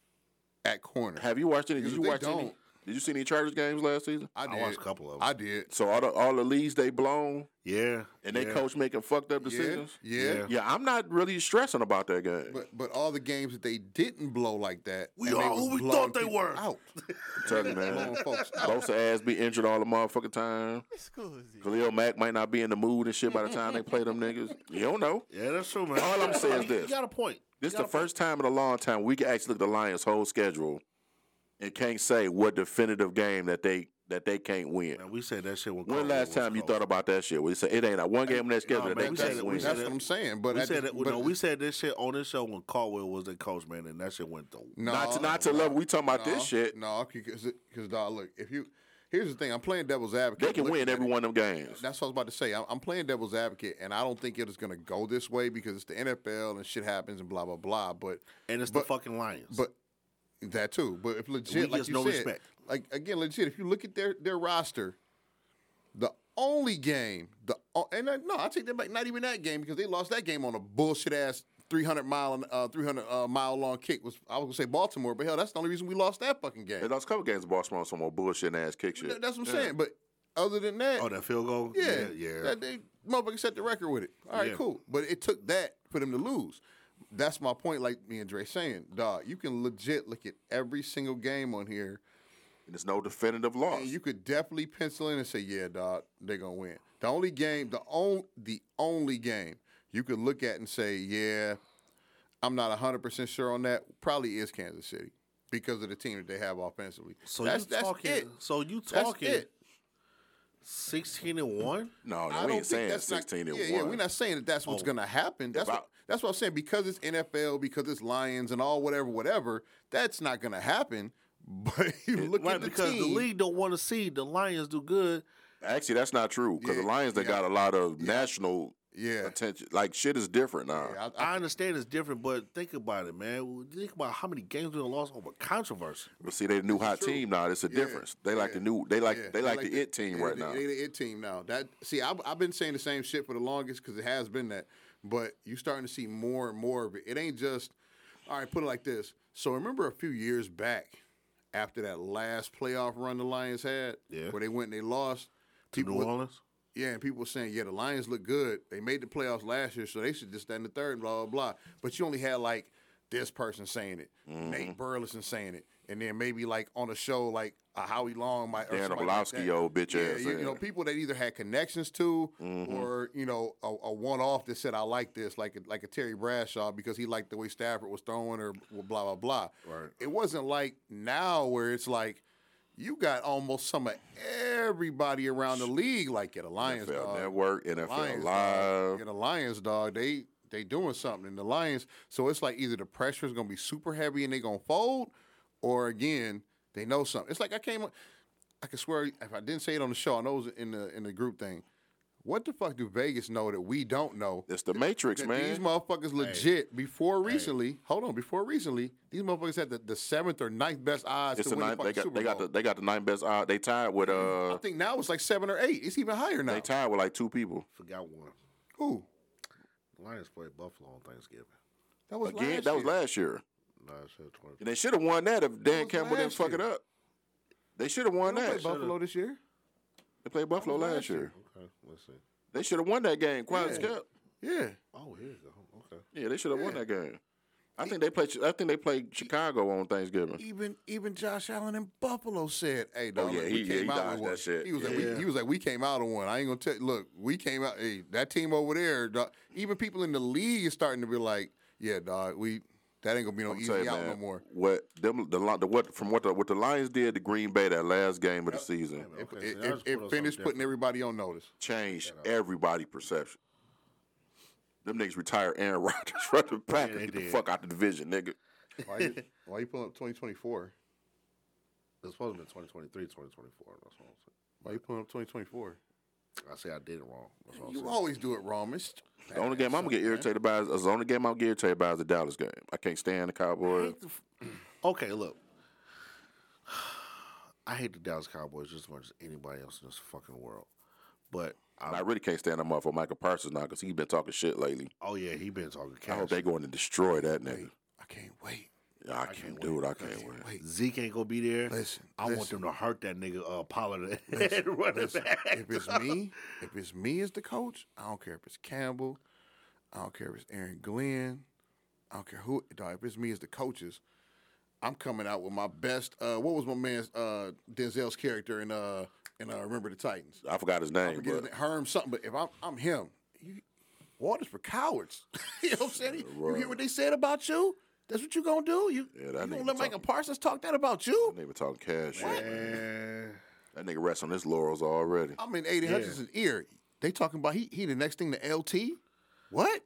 at corner? Have you watched any? Did Because you if they watch any? don't- Did you see any Chargers games last season? I watched a couple of 'em. I did. So all the all the leads they blown yeah. and they yeah. coach making fucked up Yeah, decisions. yeah, Yeah. Yeah, I'm not really stressing about that game. But but all the games that they didn't blow like that, We and they are was who we blowing thought they people were. Out, I'm telling you, man. blowing folks out. Bosa ass be injured all the motherfucking time. Khalil Mack might not be in the mood and shit by the time they play them niggas. You don't know. Yeah, that's true, man. All I'm saying is You- this. You got a point. This is the first time in a long time we can actually look at the Lions' whole schedule and can't say what definitive game that they that they can't win. Man, we said that shit when. When last time you thought about that shit? We said it ain't a one game on that schedule No, that man, they we can't said it- we win. That's said what it- I'm saying. But We at the- said that, but no, we said this shit on this show when Caldwell was the coach, man, and that shit went the no, not to not to level. We talking about no, this shit. No, because because dog, look, if you here's the thing, I'm playing devil's advocate. They can Looking win at it, every one of them games. That's what I was about to say. I'm, I'm playing devil's advocate, and I don't think it is going to go this way because it's the NFL and shit happens and blah blah blah. But and it's But- the fucking Lions. but that too. But if legit, like gets you no said, respect. like again, legit. If you look at their their roster, the only game, the o- and I, no, I take that back. Not even that game because they lost that game on a bullshit ass. 300 mile and uh, 300 uh, mile long kick was I was gonna say Baltimore, but hell, that's the only reason we lost that fucking game. They lost a couple games. to Baltimore on some more bullshit ass kick shit. Th- That's what I'm saying. But other than that, oh, that field goal. yeah, yeah. That they motherfucker set the record with it. All right, Yeah. cool. But it took that for them to lose. That's my point. Like me and Dre saying, dog, you can legit look at every single game on here, And there's no definitive loss. and you could definitely pencil in and say, yeah, dog, they're gonna win. The only game, the on, the only game you could look at and say, yeah, I'm not 100 percent sure on that. Probably is Kansas City because of the team that they have offensively. so that's, you that's talking? it. So you That's talking? it. Sixteen and one. no, I no, we don't ain't think saying that's not- sixteen and yeah, one. Yeah, we're not saying that that's what's Oh. going to happen. That's I- what, that's what I'm saying because it's NFL, because it's Lions and all whatever, whatever. That's not going to happen. But you look right, at the because team. the league don't want to see the Lions do good. Actually, that's not true because Yeah, the Lions they yeah. got a lot of national yeah, attention. Like shit is different now. yeah, I, I, I understand it's different, but think about it, man. Think about how many games we done lost over controversy. But see, they the new hot team now. It's a difference. They like the new. They like yeah, they like, the it team yeah, right they- now. They the it team now. That see, I, I've been saying the same shit for the longest because it has been that. But you starting to see more and more of it. It ain't just all right. Put it like this. So remember a few years back, after that last playoff run the Lions had, Yeah. where they went and they lost. New were- Orleans. Yeah, and people were saying, yeah, the Lions look good. They made the playoffs last year, so they should just stand the third, blah, blah, blah. But you only had like this person saying it, Mm-hmm. Nate Burleson saying it, and then maybe like on a show like a Howie Long might or Dan somebody like Orlovsky, that. old bitch yeah, ass, You, you know yeah. Mm-hmm. people that either had connections to or you know a, a one off that said I like this, like a, like a Terry Bradshaw because he liked the way Stafford was throwing or blah blah blah. Right. It wasn't like now where it's like. You got almost some of everybody around the league, like at Alliance, NFL dog. Network, NFL uh, Lions, uh, Live. Dog. Yeah, the Lions, dog. They they doing something. And the Lions, so it's like either the pressure is gonna be super heavy and they gonna fold, or again they know something. It's like I came, up- I can swear if I didn't say it on the show, I know it was in the in the group thing. What the fuck do Vegas know that we don't know? It's the Matrix, That man. These motherfuckers legit before recently. Hold on, before recently, these motherfuckers had the, the seventh or ninth best odds it's to the win ninth. the They fucking got Super they got Bowl. the they got the ninth best odds. They tied with I uh think now it's like seven or eight. It's even higher now. they tied with like two people. Forgot one. Who? The Lions played Buffalo on Thanksgiving. That was Again, last that was year. last year. No, I said 20. And they should have won that if Dan was Campbell didn't last fuck it year. up. They should have won They that. played Buffalo this year. They played Buffalo was last, last year. year. Okay, let's see. They should have won that game. Quiet Yeah. Scout. Yeah. Oh, here you go. Okay. Yeah, they should have won that game. I think they played. I think they played Chicago on Thanksgiving. Even even Josh Allen in Buffalo said, "Hey, dog, Oh, yeah, look, he- we yeah, came he out dodged with one." that shit. He was like, Yeah. we, he was like, "We came out on one." I ain't gonna tell. Look, we came out. Hey, that team over there, dog, even people in the league is starting to be like, "Yeah, dog, we that ain't gonna be no I'm easy telling you, out man, no more." What them the, li- the what from what the, what the Lions did to Green Bay that last game of the season Okay, It, so it, now let's it put on finished something putting everybody on notice. changed everybody perception. Them niggas retired Aaron Rodgers from the pack. they Get the did. fuck out the division, nigga. Why you, why you pulling up twenty twenty four? different. It's supposed to be 2023, 2024. That's what I'm saying. Why you pulling up twenty twenty four? I say I did it wrong. That's what I'm You saying. always do it wrong. It's The only game I'm gonna get irritated by is the only game I'm gonna get irritated by is the Dallas game. I can't stand the Cowboys. Okay, look. I hate the Dallas Cowboys just as much as anybody else in this fucking world. But And I, I really can't stand them up for Michael Parsons now because he's been talking shit lately. oh yeah, he been talking I hope cash. they going to destroy that nigga. I can't wait. Yeah, I, can't, do it. I can't win. Wait, Zeke ain't gonna be there. Listen, I want listen. them to hurt that nigga uh, Pollard and run it Listen, back. if it's me, if it's me as the coach, I don't care if it's Campbell, I don't care if it's Aaron Glenn, I don't care who. Dog, if it's me as the coaches, I'm coming out with my best. Uh, what was my man's uh, Denzel's character in uh in uh, Remember the Titans? I forgot his name, Forget his but name, Herm something. But if I'm I'm him, you, water's for cowards. you know what I'm saying? You hear what they said about you? That's what you gonna do? You, Yeah, that you gonna nigga let Michael Parsons talk that about you? that nigga talking cash. Shit. Man. That nigga rests on his laurels already. Oh, I'm in Aiden Hutchinson's ear. They talking about he he the next thing to LT. What?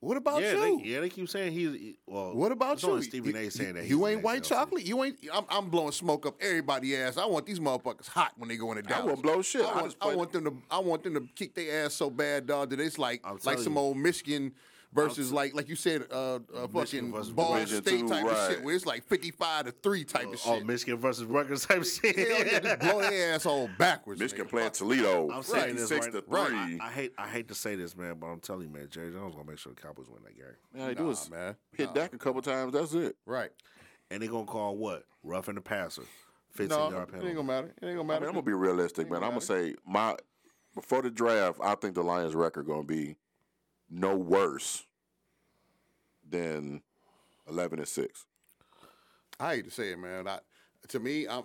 What about yeah, you? they, yeah, they keep saying he's he- well. What about it's you? Only Stephen You- A. saying that you he's ain't next white LC. chocolate. You ain't. I'm, I'm blowing smoke up everybody ass. I want these motherfuckers hot when they go into Dallas. wouldn't blow shit. I I want, just I play- want them to. I want them to kick their ass so bad, dog, that it's like I'm like telling some you. old Michigan versus like like you said, uh, uh fucking versus Ball Division State two, type of right. shit, where it's like 55 to three type of shit. Oh, Michigan versus Rutgers type shit. Hell yeah, just blow their asshole backwards. Michigan nigga. playing Toledo, I'm saying this 56 right, to right. three. I, I hate I hate to say this, man, but I'm telling you, man, Jerry Jones gonna make sure the Cowboys win that game, Man, they do is man. hit Dak a couple times. That's it. Right. and they gonna call what roughing the passer, 15 No, it yard ain't penalty. gonna matter. It ain't gonna I matter. mean, I'm gonna be realistic, man. I'm gonna say my before the draft, I think the Lions' record gonna be no worse than 11 and six. I hate to say it, man. I, to me, I'm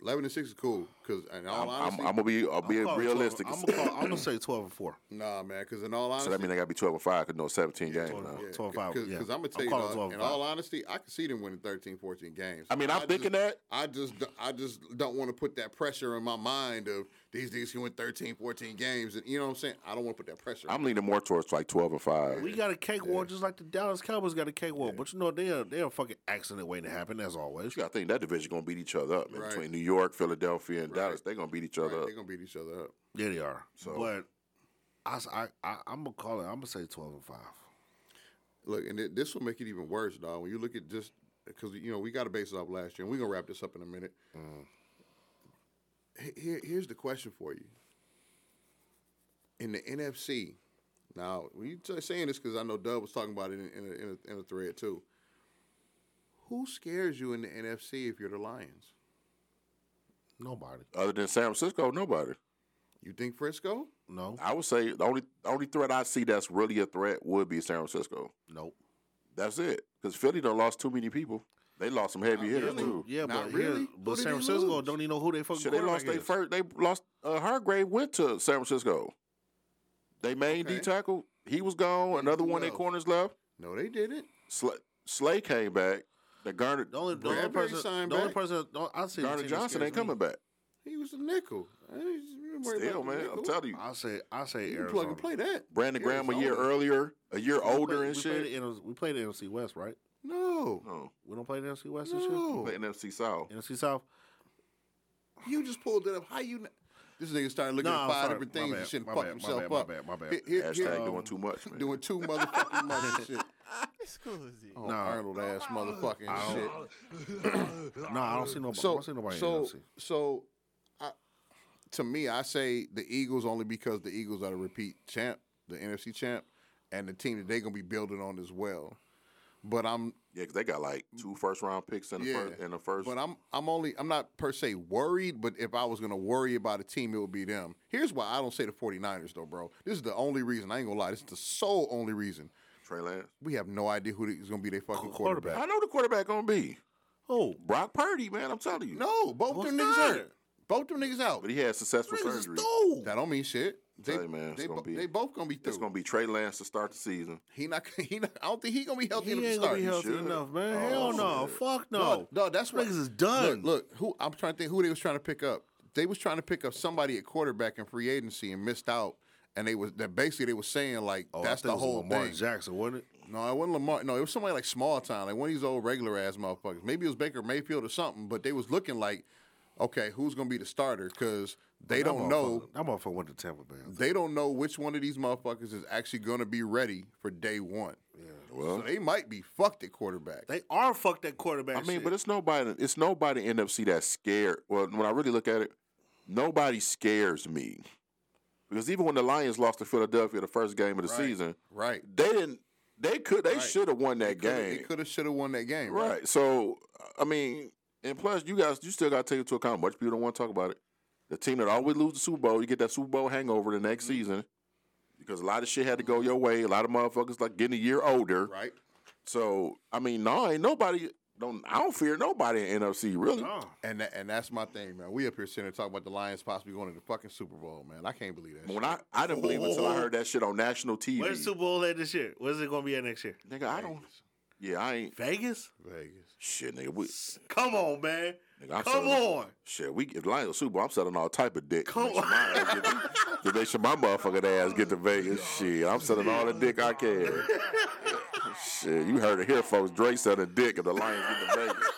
eleven and six is cool because in all I'm, I'm, honesty, I'm gonna be I'll be Oh, I'm calling realistic. 12 I'm, gonna call, I'm gonna say 12 and four. nah, man. Because in all so honesty, that means they gotta be 12 and five because no 17 games. 12 now. yeah. 12 five, Because yeah. I'm gonna tell I'm you, calling dog, 12 in five. all honesty, I can see them winning 13, 14 games. I mean, I'm just- thinking that. I just, d- I just don't want to put that pressure in my mind of these niggas can win 13, 14 games, and you know what I'm saying. I don't want to put that pressure. I'm leaning more towards like 12 and five. We got a cakewalk just like the Dallas Cowboys got a cakewalk, but you know they are they are a fucking accident waiting to happen as always. You gotta think that division gonna beat each other up man. Right. between New York, Philadelphia, and Dallas. They're gonna beat each Right? other up. They're gonna beat each other up. Yeah, they are. but I, s- I, am gonna call it. I'm gonna say 12 and five. Look, and th- this will make it even worse, dog. When you look at just because you know we got to base it off last year, and we're gonna wrap this up in a minute. Mm. He- Here, here's the question for you. In the NFC, now we t- saying this because I know Dub was talking about it in, in, a, in, a, in a thread too. Who scares you in the NFC if you're the Lions? Nobody. Other than San Francisco, nobody. You think Frisco? No. I would say the only the only threat I see that's really a threat would be San Francisco. Nope. That's it. because Philly done lost too many people. They lost some Oh, heavy hitters really? too. Yeah, Not but here- really. Who but did San they Francisco lose? don't even know who they fucking Shit, they lost quarterback their is. first. They lost. Uh, Hargrave went to San Francisco. They main D Okay. tackle. He was gone. Another who one at else? corners left. No, they didn't. Slay, Slay came back. The Garner The only, the only Bradbury person, signed the only back. person, the only- I'll say the Garner team that Johnson scares ain't coming me. back. He was a nickel. I ain't worried Still, about the man, I'm nickel. telling you, I'll say, I'll say You can Arizona. plug and play that. Brandon Graham a year Arizona. earlier, a year older We and play shit. the NL we play the NFC West, right? No, No, We don't play the NFC West this year. no. play NFC South. NFC South. You just pulled it up. How you? kn- This nigga started looking No, at I'm five sorry. different My things bad, and shit and my fucked bad, my himself bad, my up. bad, my bad. Here- here- here- Hashtag doing um, too much. Man. doing two motherfucking mother shit. Oh, Nah. Arnold ass motherfucking shit. No, I don't see nobody. I So, don't see nobody in so, the NFC. so, I, to me, I say the Eagles only because the Eagles are the repeat champ, the NFC champ, and the team that they're gonna be building on as well. But I'm Yeah, because they got like Mm. two first round picks in the Yeah, first in the first. But I'm I'm only I'm not per se worried, but if I was gonna worry about a team, it would be them. Here's why I don't say the 49ers though, bro. This is the only reason. I ain't gonna lie, this is the sole only reason. Trey Lance. We have no idea who is gonna be their fucking quarterback. Quarterback. I know the quarterback gonna be Oh, Brock Purdy, man. I'm telling you. No, both Who's them niggas not? hurt. Both them niggas out. but he had successful surgery. That don't mean shit. They, Hey, man, it's they, gonna bo- be- they both gonna be It's through. gonna be Trey Lance to start the season. he not he not, I don't think he gonna be healthy he enough to ain't start. gonna be healthy should. enough, man. Oh, Hell no, shit. fuck no. No, that's what niggas is done. Look, look, who I'm trying to think who they was trying to pick up. They was trying to pick up somebody at quarterback in free agency and missed out. And they was that basically they was saying like Oh, I that's think the it was whole Lamar thing. Jackson, wasn't it? No, it wasn't Lamar. No, it was somebody like small town, like one of these old regular ass motherfuckers. Maybe it was Baker Mayfield or something. But they was looking like, okay, who's gonna be the starter? Because they That don't know. motherfucker- That motherfucker went to Tampa Bay. They don't know which one of these motherfuckers is actually gonna be ready for day one. Well, So they might be fucked at quarterback. They are fucked at quarterback. I mean, shit. but it's nobody. It's nobody in NFC that's scared. Well, when I really look at it, nobody scares me because even when the Lions lost to Philadelphia the first game of the season, right. they didn't. They could. They Right. should have won that They game. could have should have won that game. Right. So I mean, and plus, you guys, you still got to take into account. Much people don't want to talk about it. The team that always lose the Super Bowl, you get that Super Bowl hangover the next Mm-hmm. season because a lot of shit had to go your way. A lot of motherfuckers like getting a year older. Right. So I mean, no, ain't nobody. Don't I don't fear nobody in NFC really. Nah. And that, and that's my thing, man. We up here sitting and talking about the Lions possibly going to the fucking Super Bowl, man. I can't believe that. When I I didn't believe it until I heard that shit on national TV. Where's Super Bowl at this year? Where's it gonna be at next year? nigga, I don't. Yeah, I ain't Vegas? shit. Vegas. shit, nigga. We, Come on, man. nigga I'm Come selling- on. Shit, we if Lions Super Bowl, I'm selling all type of dick. Come to make sure my ass get- to make sure my motherfucking ass get to Vegas. Shit, I'm selling all the dick I can. Shit, you heard it here, folks. Drake selling dick if the Lions get to Vegas.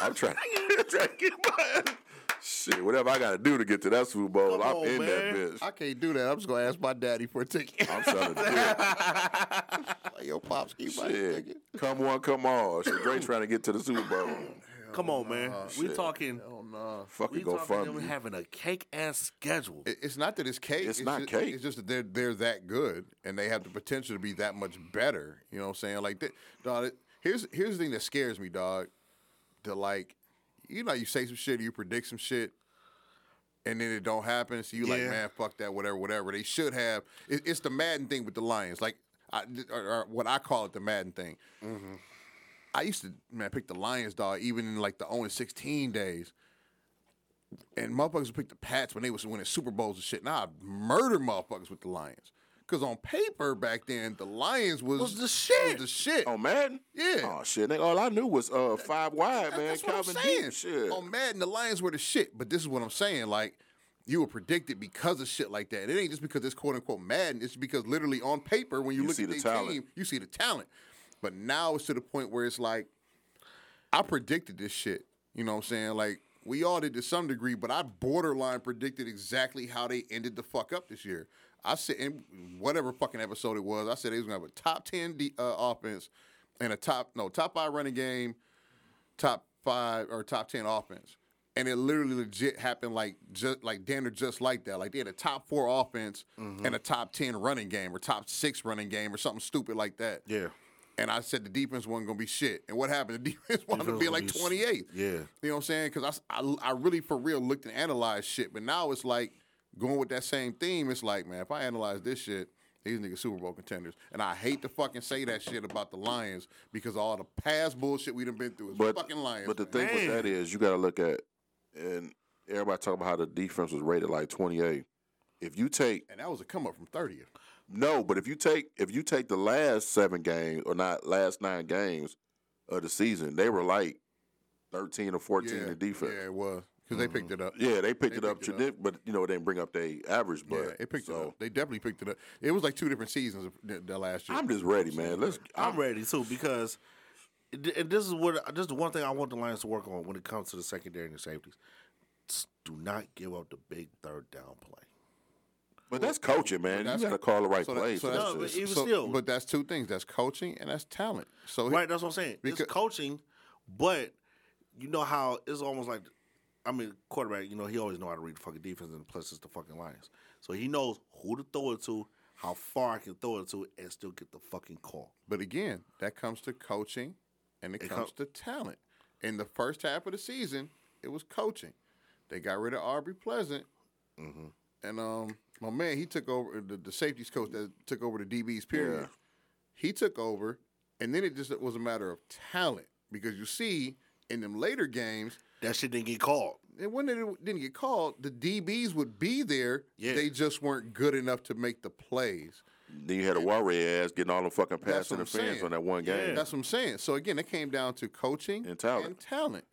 I'm trying, trying to get my ass. Shit, whatever I gotta do to get to that Super Bowl, Come I'm on, in that man. bitch. I can't do that. I'm just gonna ask my daddy for a ticket. I'm selling dick. like, Yo, pops, keep my Shit. ticket. Come one, come all. Shit, Drake trying to get to the Super Bowl. Come on, man. we talking Oh no. Fucking we go talking fund them me. having a cake ass schedule. It- It's not that it's cake. It's not just, cake. It's just that they're they're that good and they have the potential to be that much better. You know what I'm saying? Like, that, dog. It, here's here's the thing that scares me, dog. To like, you know, you say some shit, you predict some shit, and then it don't happen. So you like, Yeah. man, fuck that, whatever, whatever. They should have. It, it's the Madden thing with the Lions, like, I, or, or what I call it, the Madden thing. Mm-hmm. I used to man pick the Lions, dog. Even in like the 0 16 days. And motherfuckers would pick the Pats when they was winning Super Bowls and shit. Now I'd murder motherfuckers with the Lions. Cause on paper back then, the Lions was, Was the shit. was the shit. Oh Madden? Yeah. Oh shit, nigga. All I knew was uh five wide, That- man. that's what Calvin I'm saying. Oh, Deep. Shit. On Madden, the Lions were the shit. But this is what I'm saying. Like, you were predicted because of shit like that. It ain't just because it's quote unquote Madden. It's because literally on paper, when you, You look see at the their talent. team, you see the talent. But now it's to the point where it's like, I predicted this shit. You know what I'm saying? Like, we all did to some degree, but I borderline predicted exactly how they ended the fuck up this year. I said, in whatever fucking episode it was, I said they was gonna have a top 10 de- uh, offense and a top, no, top five running game, top five or top 10 offense. And it literally legit happened like just like damn near just like that. Like they had a top four offense Mm-hmm. and a top 10 running game or top six running game or something stupid like that. Yeah. And I said the defense wasn't gonna be shit. And what happened? The defense wound up Defense being gonna like be s- 28. yeah. You know what I'm saying? Because I, s- I, I really for real looked and analyzed shit. But now it's like going with that same theme. It's like, man, if I analyze this shit, These niggas Super Bowl contenders, and I hate to fucking say that shit about the Lions because all the past bullshit we done been through is But fucking Lions. But the man. thing with Man. that is, you got to look at, and everybody talking about how the defense was rated like twenty eight. If you take and that was a come up from thirtieth. no, but if you take if you take the last seven games or not last nine games of the season, they were like thirteen or fourteen in defense. Mm-hmm. Yeah, it was because they picked it up. Yeah, they picked They it up, picked it tradi- but you know it didn't bring up their average. But yeah, it picked it so, up. They definitely picked it up. It was like two different seasons of the, the last year. I'm just ready, man. Let's. I'm ready too because, th- and this is what this is the one thing I want the Lions to work on when it comes to the secondary and the safeties. S- Do not give up the big third down play. But that's coaching, man. that's- you got to call the right so that- plays. so for that that's- No, but shit. even so- still, but that's two things. That's coaching and that's talent. So he- right? That's what I'm saying. because- it's coaching, but you know how it's almost like, I mean, quarterback. You know he always know how to read the fucking defense, and plus it's the fucking Lions, so he knows who to throw it to, how far I can throw it to, and still get the fucking call. But again, that comes to coaching and it, It comes to talent. In the first half of the season, it was coaching. They got rid of Aubrey Pleasant. And um, my man, he took over the, the safeties coach that took over the DBs period. Yeah. He took over, and then it just was a matter of talent because you see in them later games, That shit didn't get called. and when they didn't get called, the DBs would be there. Yeah. They just weren't good enough to make the plays. Then you had a worry ass getting all the fucking That's pass what I'm interference saying. on that one game. That's what I'm saying. So again, it came down to coaching And talent. talent.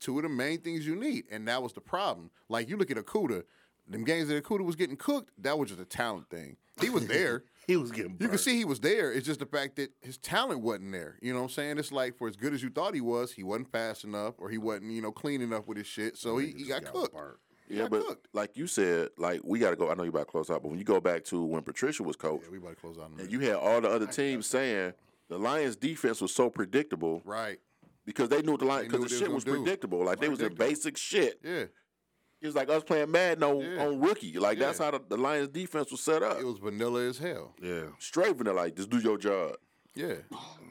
Two of the main things you need, and that was the problem. Like you look at Akuda, them games that Akuda was getting cooked, that was just a talent thing. He was there. He was getting. Burnt. You can see he was there. It's just the fact that his talent wasn't there. You know what I'm saying? It's like for as good as you thought he was, he wasn't fast enough, or he wasn't, you know, clean enough with his shit. So he, he Just got cooked. burnt. He yeah, got but cooked. like you said, like we got to go. I know you about to close out, but when you go back to when Patricia was coach, Yeah, we about to close out. in a and minute. you had all the other teams saying the Lions' defense was so predictable right? because they knew what the Lions They knew because what the shit they was was gonna do. predictable. Like they was in Predictable. basic shit. Yeah. It was like us playing Madden on, Yeah. on rookie. Like that's Yeah. how the, the Lions' defense was set up. It was vanilla as hell. Yeah. Straight from the like, just do your job. Yeah.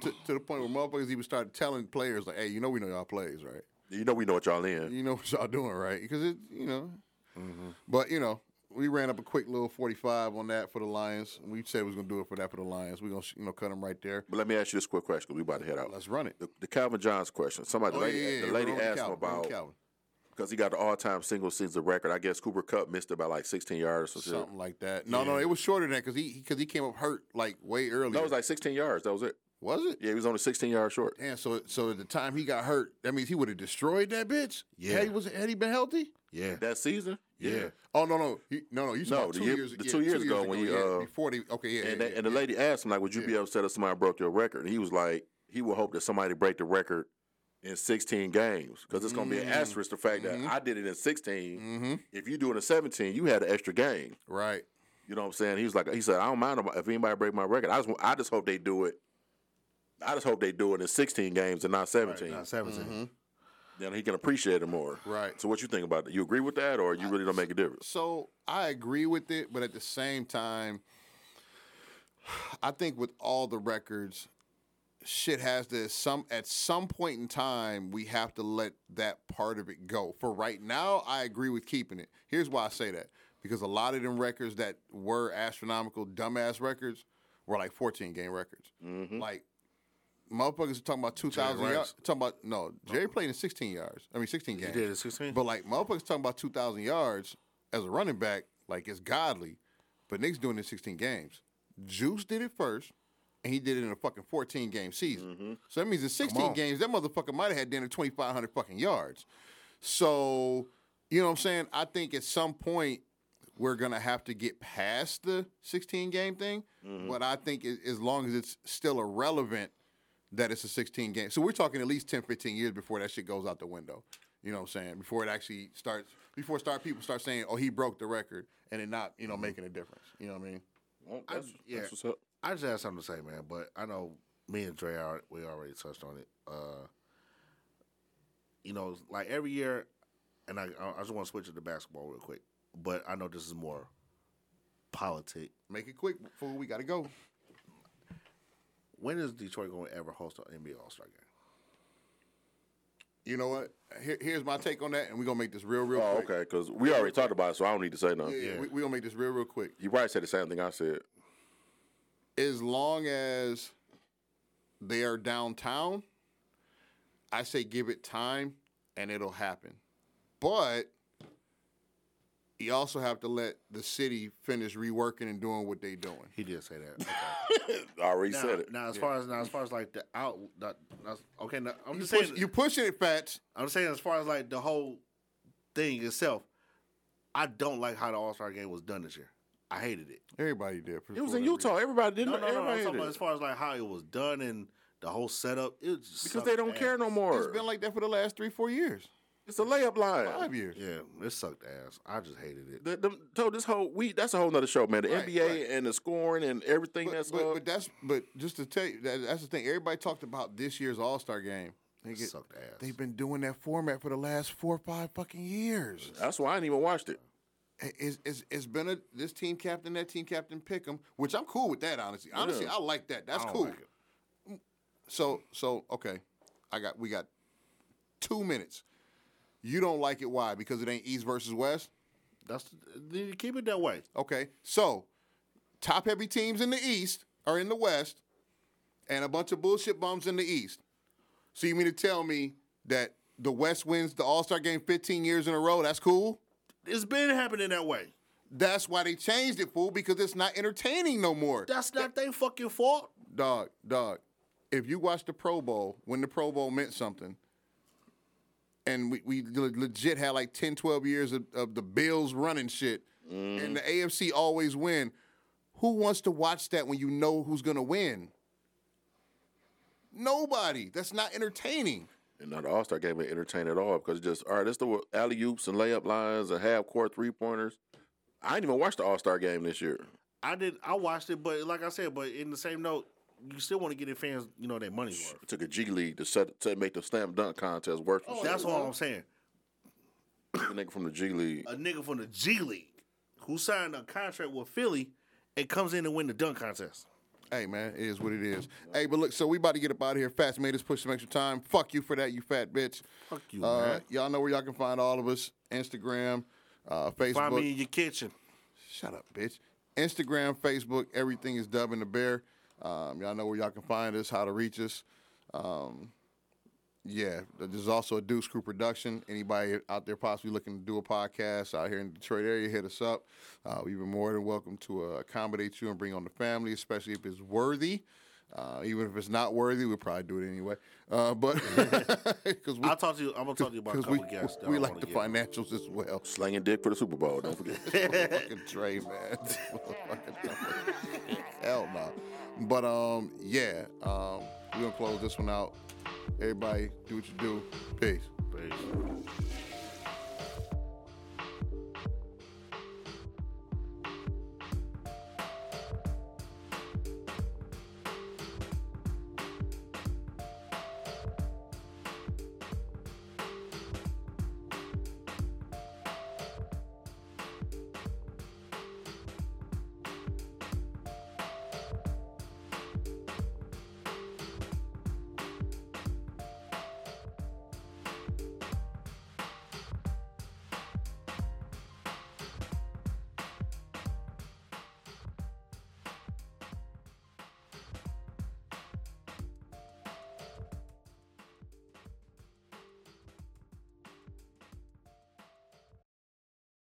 to, to the point where motherfuckers even started telling players, like, hey, you know we know y'all plays, right? You know we know what y'all in. You know what y'all doing, right? Because it, you know. Mm-hmm. But, you know, we ran up a quick little 45 on that for the Lions. We said we was going to do it for that for the Lions. We're going to, you know, cut them right there. But let me ask you this quick question. 'cause We about to head out. Let's run it. uh, the, the Calvin Johns question. Somebody, Oh, the lady, the We're lady on to asked him Calvin. We're on to about Calvin. because he got the all-time single season record. I guess Cooper Cup missed it by like 16 yards or something. something like that. No, no, it was shorter than that because he because he came up hurt like way earlier. No, it was like 16 yards. That was it. was it? Yeah, he was only 16 yards short. Damn. So so at the time he got hurt, that means he would have destroyed that bitch. Yeah. Had he was had he been healthy? Yeah. That season, Yeah. Oh no no he, no no you No, no, the two year- years the yeah, two years ago when he, yeah, uh, before they okay yeah and, yeah, that, and the lady asked him like, "Would you be upset if somebody broke your record?" And he was like, "He would hope that somebody break the record in 16 games because it's gonna Mm-hmm. be an asterisk the fact that I did it in 16. If you do it in 17, you had an extra game. right You know what I'm saying? He was like, he said, I don't mind if anybody break my record. I just, I just hope they do it. I just hope they do it in 16 games and not 17. Nah, 17. Then he can appreciate it more. Right. So what you think about it? You agree with that, or you really don't make a difference? so I agree with it but at the same time I think with all the records shit has to some at some point in time we have to let that part of it go for right now I agree with keeping it here's why I say that because a lot of them records that were astronomical dumbass records were like 14 game records like motherfuckers are talking about 2,000 Rice. yards. Talking about, no, Jerry played in 16 yards. I mean, 16 games. did in 16? But, like, motherfuckers talking about 2,000 yards as a running back, like, it's godly. But Nick's doing it in 16 games. Juice did it first, and he did it in a fucking 14 game season. So that means in 16 on. games, that motherfucker might have had dinner 2,500 fucking yards. So, you know what I'm saying? I think at some point we're gonna have to get past the 16 game thing. But I think i- as long as it's still irrelevant that it's a 16 game. So we're talking at least 10, 15 years before that shit goes out the window. You know what I'm saying? Before it actually starts, before start people start saying, "Oh, he broke the record," and it not, you know, making a difference. You know what I mean? that's, yeah. that's what's up. I just had something to say, man, but I know me and Dre are, we already touched on it. Uh, you know, like every year, and I I I just want to switch it to basketball real quick, but I know this is more politic. Make it quick, fool. We gotta go. When is Detroit going to ever host an NBA All Star game? You know what? Here, here's my take on that, and we're gonna make this real, real Oh, quick. okay. Because we already talked about it, so I don't need to say nothing. Yeah, yeah, we, we gonna make this real, real quick. You probably said the same thing I said. as long as they are downtown, I say give it time and it'll happen. But you also have to let the city finish reworking and doing what they doing. He did say that. Okay. I already now, said it. now, as far as now, as far as like the out, the, now, okay. Now, I'm You, just push, saying, you pushing it, Fats. I'm saying as far as like the whole thing itself, I don't like how the All Star game was done this year. I hated it. Everybody did. for It was whatever in reason. Utah. Everybody didn't. No, no, no. everybody I'm talking hated about it. as far as like how it was done and the whole setup. It just because sucked they don't care ass. no more. It's been like that for the last three, four years, It's a layup line. five years. Yeah, it sucked ass. I just hated it. The, the, so this whole we that's a whole nother show, man. The Right, NBA right. and the scoring and everything But, that's but, up. but that's but just to tell you that, that's the thing. Everybody talked about this year's All Star game. It Nigga, sucked ass. They've been doing that format for the last four or five fucking years. that's why I ain't even watched it. I- It's, it's, it's been a this team captain, that team captain pick 'em, which I'm cool with that, honestly. Honestly, I like that. That's I don't cool. like it. So so okay, I got we got two minutes. You don't like it? Why? Because it ain't East versus West. That's then you keep it that way. Okay, so top heavy teams in the East are in the West, and a bunch of bullshit bums in the East. So you mean to tell me that the West wins the All Star game 15 years in a row? That's cool. It's been happening that way. That's why they changed it, fool, because it's not entertaining no more. That's not their fucking fault. Dog, dog. If you watch the Pro Bowl, when the Pro Bowl meant something, and we, we le- legit had like 10, 12 years of, of the Bills running shit, Mm. and the AFC always win, who wants to watch that when you know who's going to win? Nobody. That's not entertaining. And now the All Star game ain't entertained at all because just all right, that's the alley oops and layup lines and half court three pointers. I ain't even watched the All Star game this year. I did. I watched it, but like I said, but in the same note, you still want to get your fans, you know, their money's worth. It took a G League to set to make the slam dunk contest work. for That's all I'm saying. a nigga from the G League. A nigga from the G League who signed a contract with Philly and comes in and win the dunk contest. Hey man, it is what it is. Hey, but look, so we about to get up out of here fast. Made us push some extra time. Fuck you for that, you fat bitch. Fuck you, Uh, man. y'all know where y'all can find all of us: Instagram, uh, Facebook. Find me in your kitchen. Shut up, bitch. Instagram, Facebook, everything is Dub and the Bear. Um, y'all know where y'all can find us, how to reach us. Um, yeah, there's also a Deuce Crew production. Anybody out there possibly looking to do a podcast out here in the Detroit area, hit us up. Uh, we've been more than welcome to uh, accommodate you and bring on the family, especially if it's worthy. Uh, even if it's not worthy, we'll probably do it anyway. Uh, but because we, I'll talk to you. I'm gonna talk to you about a 'cause couple we, guests. that we I like wanna the get. financials as well. Slanging dick for the Super Bowl. Don't forget. fucking Dre, man. Hell no. But um, yeah, um, we're gonna close this one out. Everybody, do what you do. Peace. Peace.